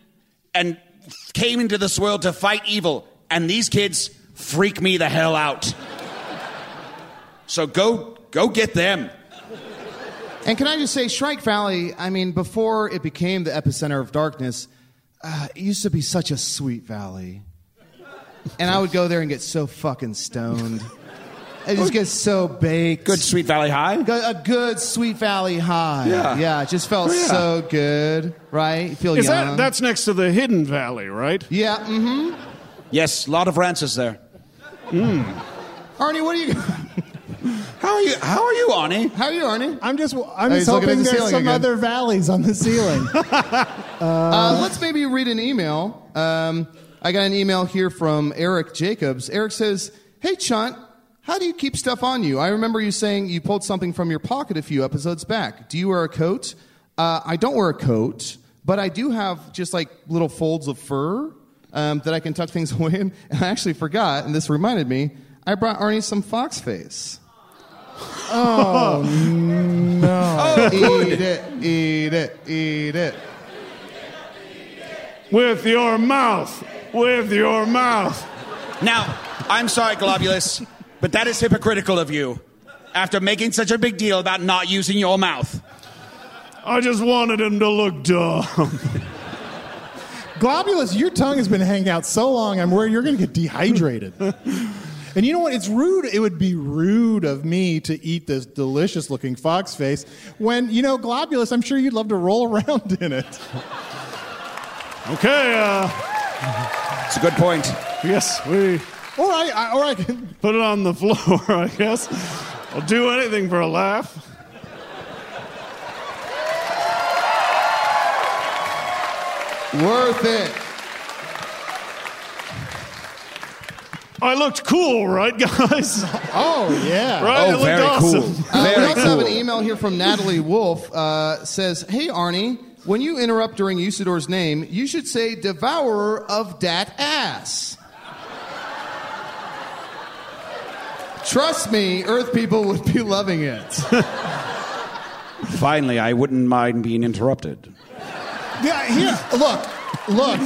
Speaker 7: and came into this world to fight evil. And these kids freak me the hell out. so go go get them.
Speaker 8: And can I just say, Shrike Valley, I mean, before it became the epicenter of darkness, uh, it used to be such a sweet valley. And I would go there and get so fucking stoned. I just get so baked. Good
Speaker 7: Sweet Valley High?
Speaker 8: A good Sweet Valley High.
Speaker 5: Yeah.
Speaker 8: Yeah, it just felt
Speaker 5: Oh, yeah.
Speaker 8: so good, right? You feel
Speaker 5: Is
Speaker 8: young.
Speaker 5: that that's next to the Hidden Valley, right?
Speaker 8: Yeah. Mm-hmm.
Speaker 7: Yes, a lot of ranches there.
Speaker 8: Arnie, what are you.
Speaker 7: how are you? How are you, Arnie?
Speaker 8: How are you, Arnie?
Speaker 4: I'm just. I'm
Speaker 8: Oh,
Speaker 4: just
Speaker 8: he's looking at
Speaker 4: hoping
Speaker 8: the
Speaker 4: there's
Speaker 8: ceiling
Speaker 4: some
Speaker 8: again.
Speaker 4: other valleys on the ceiling.
Speaker 8: Uh, let's maybe read an email. Um, I got an email here from Eric Jacobs. Eric says, Hey, Chunt, how do you keep stuff on you? I remember you saying you pulled something from your pocket a few episodes back. Do you wear a coat? Uh, I don't wear a coat, but I do have just like little folds of fur um, that I can tuck things away in. And I actually forgot, and this reminded me, I brought Arnie some fox face.
Speaker 4: Oh,
Speaker 8: no.
Speaker 4: Oh, good.
Speaker 8: eat it, eat it, eat it.
Speaker 5: With your mouth. With your mouth.
Speaker 7: Now, I'm sorry, Globulus, but that is hypocritical of you. After making such a big deal about not using your mouth.
Speaker 5: I just wanted him to look dumb.
Speaker 4: Globulus, your tongue has been hanging out so long. I'm worried you're going to get dehydrated. And you know what? It's rude. It would be rude of me to eat this delicious looking fox face when, you know, globulus, I'm sure you'd love to roll around in it.
Speaker 13: Okay, uh.
Speaker 7: It's a good point.
Speaker 13: Yes, we.
Speaker 4: Or I, I, or I can.
Speaker 13: Put it on the floor, I guess. I'll do anything for a laugh.
Speaker 5: Worth it.
Speaker 13: I looked cool, right, guys?
Speaker 5: Oh yeah,
Speaker 13: Right, it looked awesome.
Speaker 5: Uh, we also have an email here from Natalie Wolf. Uh, says, "Hey Arnie, when you interrupt during Usador's name, you should say devourer of dat ass." Trust me, Earth people would be loving it.
Speaker 7: Finally, I wouldn't mind being interrupted.
Speaker 4: Yeah, here, look, look.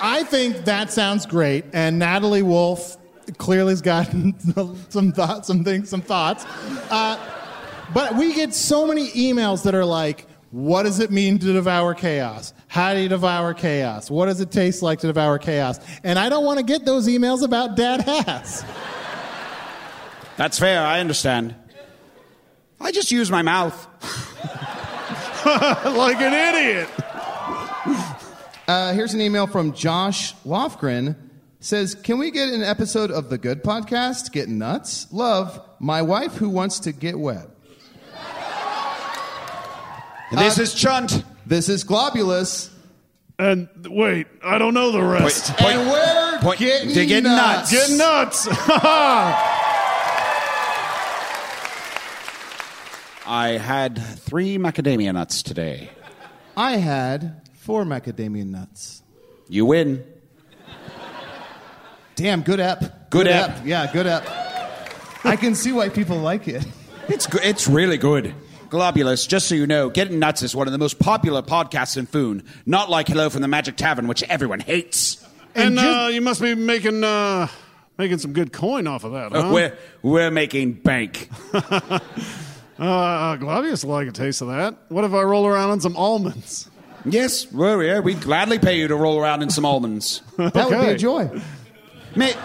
Speaker 4: I think that sounds great, and Natalie Wolf clearly has gotten some thoughts, some things, some thoughts. Uh, but we get so many emails that are like, "What does it mean to devour chaos? How do you devour chaos? What does it taste like to devour chaos?" And I don't want to get those emails about dad ass.
Speaker 7: That's fair, I understand. I just use my mouth.
Speaker 13: like an idiot.
Speaker 5: Uh, here's an email from Josh Lofgren. Says, can we get an episode of the Good Podcast? Get nuts. Love my wife who wants to get wet.
Speaker 7: This is Chunt.
Speaker 5: Uh, This is Globulus.
Speaker 13: And wait, I don't know the rest.
Speaker 5: and we're getting,
Speaker 13: to get nuts. Get nuts.
Speaker 7: I had three macadamia nuts today.
Speaker 5: I had four macadamia nuts.
Speaker 7: You win.
Speaker 5: Damn, good app.
Speaker 7: Good app.
Speaker 5: Yeah, good app. I can see why people like it.
Speaker 7: It's go- it's really good. Globulus, just so you know, Getting Nuts is one of the most popular podcasts in Foon, not like Hello from the Magic Tavern, which everyone hates.
Speaker 13: and uh, you must be making uh, making some good coin off of that, huh?
Speaker 7: Uh, we're, we're making bank.
Speaker 13: Uh, Gladius would like a taste of that. What if I roll around on some almonds?
Speaker 7: Yes, we're here. We'd gladly pay you to roll around in some almonds.
Speaker 13: That would be a Okay.
Speaker 5: joy.
Speaker 7: Mate,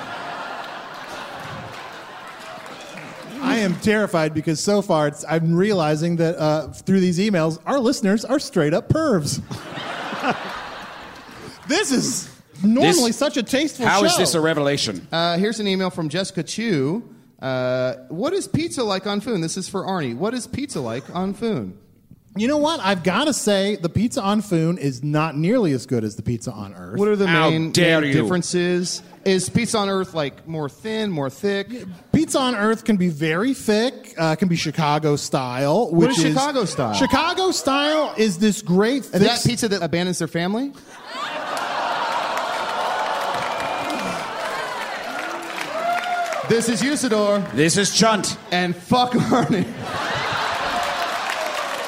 Speaker 4: I am terrified because so far it's, I'm realizing that uh, through these emails, our listeners are straight up pervs. this is normally
Speaker 7: This-
Speaker 4: such a tasteful
Speaker 7: how
Speaker 4: show.
Speaker 7: is this a revelation?
Speaker 5: Uh, here's an email from Jessica Chu. Uh, what is pizza like on Foon? This is for Arnie. What is pizza like on Foon?
Speaker 4: you know what? I've got to say, the pizza on Foon is not nearly as good as the pizza on Earth.
Speaker 5: What are the
Speaker 4: How
Speaker 5: main,
Speaker 4: dare
Speaker 5: main
Speaker 4: you.
Speaker 5: differences? Is pizza on Earth like more thin, more thick?
Speaker 4: Pizza on Earth can be very thick. Uh, can be Chicago style.
Speaker 5: What
Speaker 4: Which
Speaker 5: is Chicago style?
Speaker 4: Chicago style is this great.
Speaker 5: Is
Speaker 4: thick
Speaker 5: that pizza that abandons their family? this is Usador.
Speaker 7: This is Chunt.
Speaker 5: And fuck Arnie.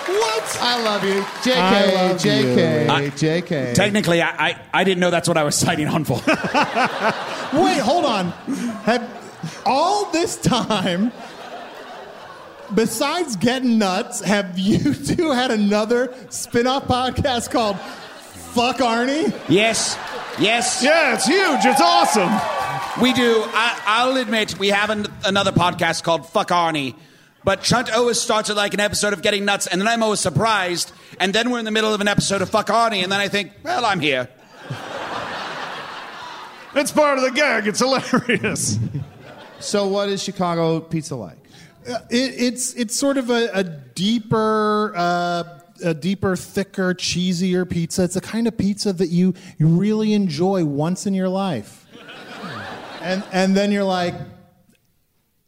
Speaker 5: What? I love you. JK,
Speaker 7: I love
Speaker 5: JK,
Speaker 7: you. I-
Speaker 5: JK.
Speaker 7: Technically, I, I, I didn't know that's what I was signing on for.
Speaker 4: Wait, hold on. Have all this time, besides getting nuts, have you two had another spin-off podcast called Fuck Arnie?
Speaker 7: Yes. Yes.
Speaker 13: Yeah, it's huge. It's awesome.
Speaker 7: We do. I, I'll admit, we have an, another podcast called Fuck Arnie, but Chunt always starts with like an episode of Getting Nuts, and then I'm always surprised, and then we're in the middle of an episode of Fuck Arnie, and then I think, well, I'm here.
Speaker 13: It's part of the gag. It's hilarious.
Speaker 5: So, what is Chicago pizza like?
Speaker 4: Uh, It, it's it's sort of a, a deeper. Uh, a deeper, thicker, cheesier pizza. It's the kind of pizza that you, you really enjoy once in your life. And, and then you're like,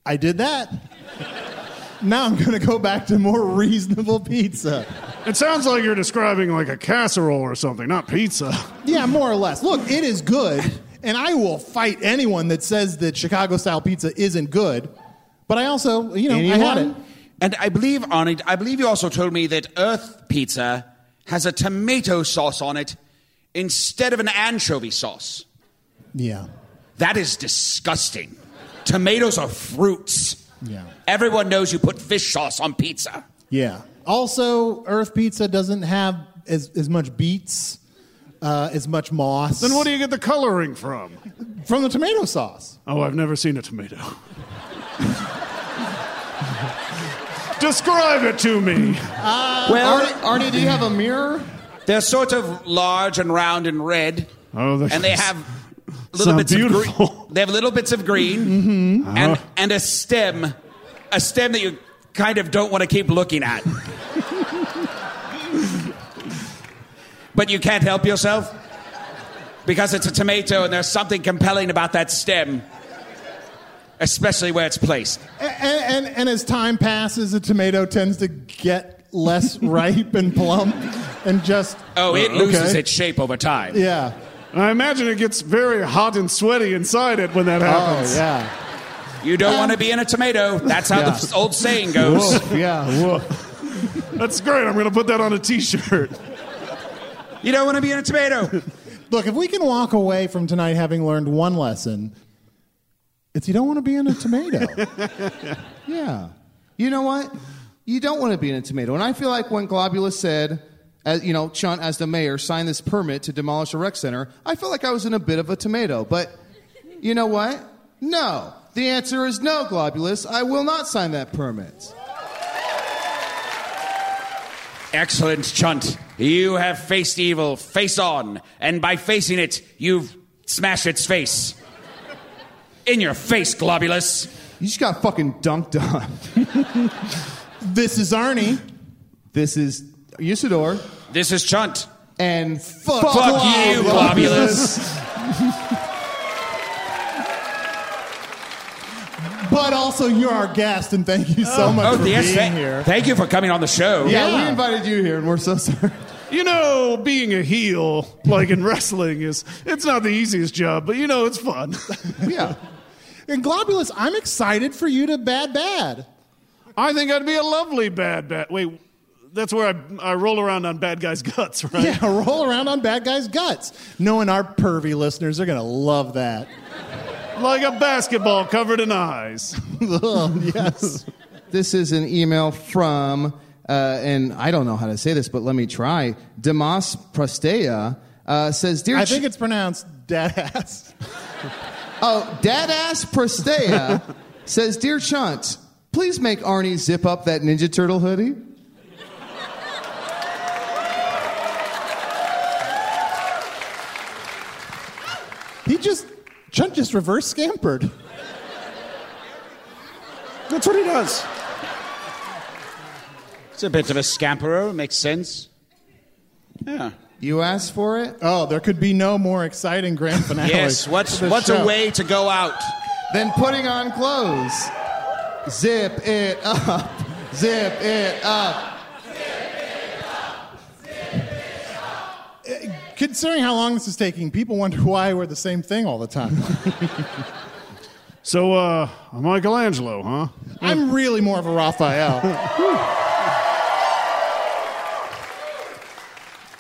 Speaker 4: I did that. Now I'm going to go back to more reasonable pizza.
Speaker 13: It sounds like you're describing like a casserole or something, not pizza.
Speaker 4: Yeah, more or less. Look, it is good, and I will fight anyone that says that Chicago style pizza isn't good. But I also, you know, I had it.
Speaker 7: And I believe, Arnie, I believe you also told me that Earth Pizza has a tomato sauce on it instead of an anchovy sauce.
Speaker 4: Yeah.
Speaker 7: That is disgusting. Tomatoes are fruits.
Speaker 4: Yeah.
Speaker 7: Everyone knows you put fish sauce on pizza.
Speaker 4: Yeah. Also, Earth Pizza doesn't have as, as much beets.
Speaker 14: uh, as much moss.
Speaker 5: Then what do you get the coloring from?
Speaker 14: From the tomato sauce.
Speaker 5: Oh, I've never seen a tomato. Describe it to me.
Speaker 4: well, Arnie, Arnie, do you have a mirror?
Speaker 7: They're sort of large and round and red.
Speaker 5: Oh, the-
Speaker 7: and they have little
Speaker 5: Sound Mm-hmm.
Speaker 7: bits of green. They have little bits of green
Speaker 5: Uh-huh.
Speaker 7: and and a stem, a stem that you kind of don't want to keep looking at. but you can't help yourself because it's a tomato and there's something compelling about that stem, especially where it's placed.
Speaker 14: And, and, and as time passes, the tomato tends to get less ripe and plump and just.
Speaker 7: Oh, it loses
Speaker 14: Okay.
Speaker 7: its shape over time.
Speaker 14: Yeah.
Speaker 5: I imagine it gets very hot and sweaty inside it when
Speaker 4: Oh,
Speaker 5: that happens.
Speaker 14: Oh, yeah.
Speaker 7: You don't want to be in a tomato. That's how the
Speaker 5: Yeah.
Speaker 7: old saying goes.
Speaker 14: yeah.
Speaker 5: That's great. I'm going to put that on a t shirt.
Speaker 7: You don't want to be in a tomato.
Speaker 14: Look, if we can walk away from tonight having learned one lesson, it's you don't want to be in a tomato.
Speaker 4: Yeah. You know what? You don't want to be in a tomato. And I feel like when Globulus said, as, you know, Chunt, as the mayor, signed this permit to demolish a rec center, I felt like I was in a bit of a tomato. But you know what? No. The answer is no, Globulus. I will not sign that permit.
Speaker 7: Excellent, Chunt. You have faced evil face on, and by facing it, you've smashed its face. In your face, Globulus.
Speaker 4: You just got fucking dunked on.
Speaker 14: this is Arnie.
Speaker 4: This is Usador.
Speaker 7: This is Chunt.
Speaker 4: And fuck,
Speaker 7: Fuck you, Globulus.
Speaker 14: but also, you're our guest, and thank you
Speaker 4: Oh.
Speaker 14: so much for
Speaker 7: Oh, yes,
Speaker 14: being
Speaker 7: tha-
Speaker 14: here.
Speaker 7: Thank you for coming on the show.
Speaker 14: Yeah, Yeah. we
Speaker 4: invited you here, and we're so sorry.
Speaker 5: You know, being a heel, like in wrestling, is it's not the easiest job, but you know, it's fun.
Speaker 14: yeah. And Globulus, I'm excited for you to bad bad.
Speaker 5: I think I'd be a lovely bad bat. Wait, that's where I, I roll around on bad guys' guts, right?
Speaker 14: Yeah, roll around on bad guys' guts. Knowing our pervy listeners are going to love that.
Speaker 5: Like a basketball covered in eyes.
Speaker 14: yes.
Speaker 4: This is an email from, uh, and I don't know how to say this, but let me try. Demas Prostea uh, says, Dear
Speaker 14: I
Speaker 4: Ch-
Speaker 14: think it's pronounced dead ass.
Speaker 4: Oh, Dadass Prostea says, Dear Chunt, please make Arnie zip up that Ninja Turtle hoodie.
Speaker 14: He just, Chunt just reverse scampered.
Speaker 5: That's what he does.
Speaker 7: It's a bit of a scamperer, makes sense. Yeah.
Speaker 4: You asked for it?
Speaker 14: Oh, there could be no more exciting grand finale.
Speaker 7: Yes, what's,
Speaker 14: for this
Speaker 7: what's
Speaker 14: Oh, show.
Speaker 7: a way to go out?
Speaker 4: Then putting on clothes. Zip it up. Zip it up.
Speaker 14: Eh, Considering how long this is taking, people wonder why we're the same thing all the time.
Speaker 5: So, uh, Michelangelo, huh?
Speaker 14: I'm really more of a Raphael.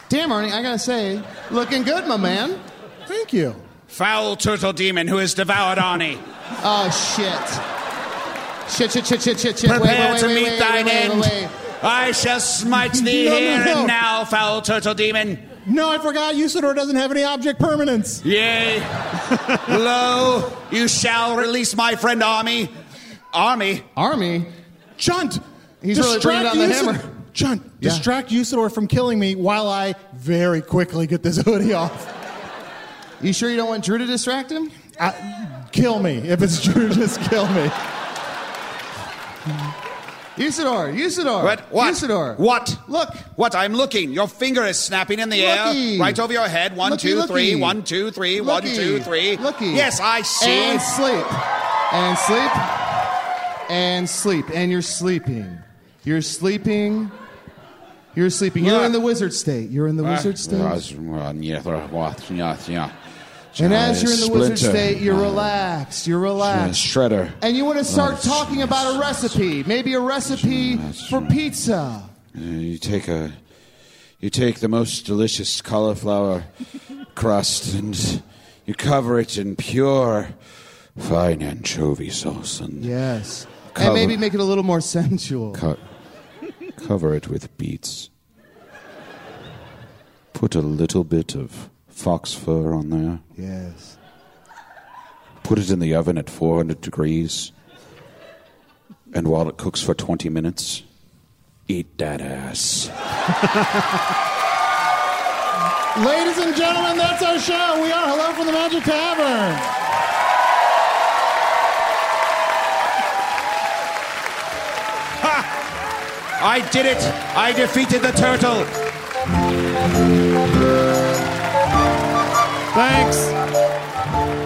Speaker 4: Damn, Arnie, I gotta say, looking good, my man.
Speaker 14: Thank you.
Speaker 7: Foul turtle demon who has devoured Arnie.
Speaker 4: Oh, shit. Shit, shit, shit, shit, shit, shit. Wait,
Speaker 7: Prepare
Speaker 4: wait,
Speaker 7: to
Speaker 4: wait,
Speaker 7: meet
Speaker 4: wait,
Speaker 7: thine
Speaker 4: wait, wait,
Speaker 7: end.
Speaker 4: wait.
Speaker 7: I shall smite thee
Speaker 14: No, no,
Speaker 7: here
Speaker 14: no.
Speaker 7: and now, foul turtle demon.
Speaker 14: No, I forgot. Usador doesn't have any object permanence.
Speaker 7: Yea, lo, you shall release my friend Army. Army?
Speaker 4: Army?
Speaker 14: Chunt!
Speaker 4: He's really bringing down the
Speaker 14: Usador-
Speaker 4: hammer.
Speaker 14: Chunt, distract Usador from killing me while I very quickly get this hoodie off.
Speaker 4: You sure you don't want Drew to distract him?
Speaker 14: I, kill me. If it's true, just kill me.
Speaker 4: Usador, Usador.
Speaker 7: What? What?
Speaker 4: Usador.
Speaker 7: What?
Speaker 4: Look.
Speaker 7: What? I'm looking. Your finger is snapping in the
Speaker 4: Looky.
Speaker 7: air. Right over your head. One,
Speaker 4: Looky,
Speaker 7: two,
Speaker 4: looky.
Speaker 7: three. One, two, three. One,
Speaker 4: Looky.
Speaker 7: two, three.
Speaker 4: Looky.
Speaker 7: Yes, I see.
Speaker 4: And sleep. And sleep. And sleep. And you're sleeping. You're sleeping. You're sleeping. You're in the wizard state. You're in
Speaker 7: Ah.
Speaker 4: the wizard state.
Speaker 7: Uh.
Speaker 4: And as you're in the wizard state, you're relaxed. You're relaxed.
Speaker 8: Shredder.
Speaker 4: And you want to start talking about a recipe. Maybe a recipe for
Speaker 8: Uh,
Speaker 4: pizza.
Speaker 8: You take a, you take the most delicious cauliflower crust and you cover it in pure, fine anchovy sauce and
Speaker 4: Yes. And
Speaker 8: Cover-
Speaker 4: maybe make it a little more sensual.
Speaker 8: co- cover it with beets.
Speaker 15: Put a little bit of fox fur on there.
Speaker 16: Yes.
Speaker 15: Put it in the oven at 400 degrees. And while it cooks for 20 minutes, eat that ass.
Speaker 4: Ladies and gentlemen, that's our show. We are Hello from the Magic Tavern.
Speaker 7: I did it! I defeated the turtle!
Speaker 13: Thanks.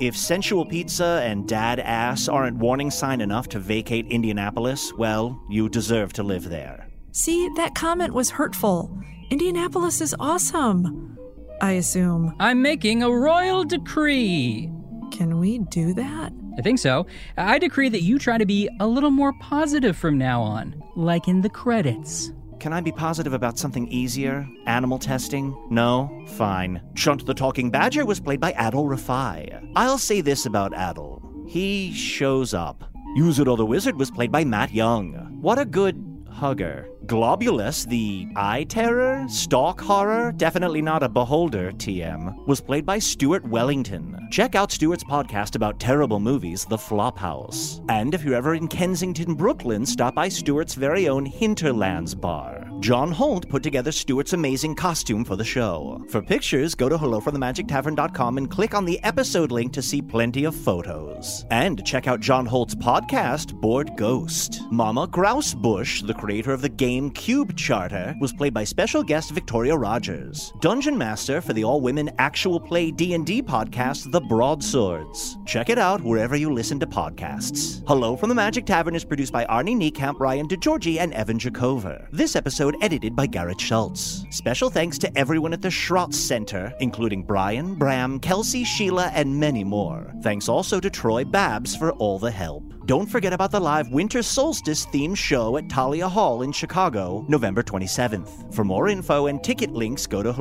Speaker 2: If sensual pizza and dad ass aren't warning sign enough to vacate Indianapolis, well, you deserve to live there.
Speaker 1: See, that comment was hurtful. Indianapolis is awesome. I assume.
Speaker 3: I'm making a royal decree.
Speaker 1: Can we do that?
Speaker 3: I think so. I decree that you try to be a little more positive from now on, like in the credits.
Speaker 2: Can I be positive about something easier? Animal testing? No? Fine. Chunt the Talking Badger was played by Adol Rafai. I'll say this about Adol. He shows up. Yuzuro the Wizard was played by Matt Young. What a good hugger. Globulus, the eye terror, stalk horror, definitely not a beholder TM, was played by Stuart Wellington. Check out Stuart's podcast about terrible movies, The Flophouse. And if you're ever in Kensington, Brooklyn, stop by Stuart's very own Hinterlands bar. John Holt put together Stuart's amazing costume for the show. For pictures, go to hellofromthemagictavern.com and click on the episode link to see plenty of photos. And check out John Holt's podcast, Bored Ghost. Mama Grousebush, the creator of the game Cube Charter, was played by special guest Victoria Rogers. Dungeon Master for the all-women actual play D&D podcast, The Broadswords. Check it out wherever you listen to podcasts. Hello from the Magic Tavern is produced by Arnie Niekamp, Ryan DeGiorgi, and Evan Jacover. This episode edited by Garrett Schultz. Special thanks to everyone at the Schrotz Center, including Brian, Bram, Kelsey, Sheila, and many more. Thanks also to Troy Babs for all the help. Don't forget about the live Winter Solstice themed show at Talia Hall in Chicago, November 27th. For more info and ticket links, go to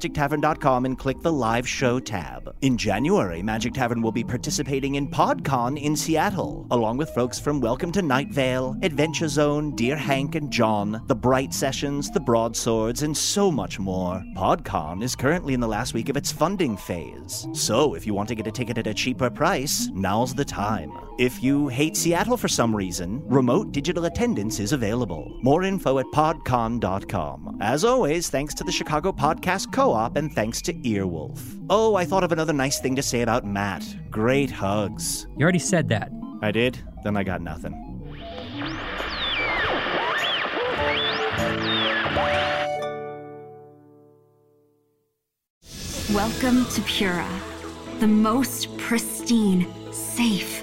Speaker 2: hellofromthemagictavern.com and click the live show tab. In January, Magic Tavern will be participating in PodCon in Seattle, along with folks from Welcome to Night Vale, Adventure Zone, Dear Hank and John, The Bright Sessions, The Broadswords, and so much more. PodCon is currently in the last week of its funding phase, so if you want to get a ticket at a cheaper price, now's the time. If you hate Seattle for some reason, remote digital attendance is available. More info at podcon.com. As always, thanks to the Chicago Podcast Co op and thanks to Earwolf. Oh, I thought of another nice thing to say about Matt. Great hugs.
Speaker 3: You already said that.
Speaker 2: I did? Then I got nothing.
Speaker 17: Welcome to Pura, the most pristine, safe,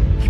Speaker 17: he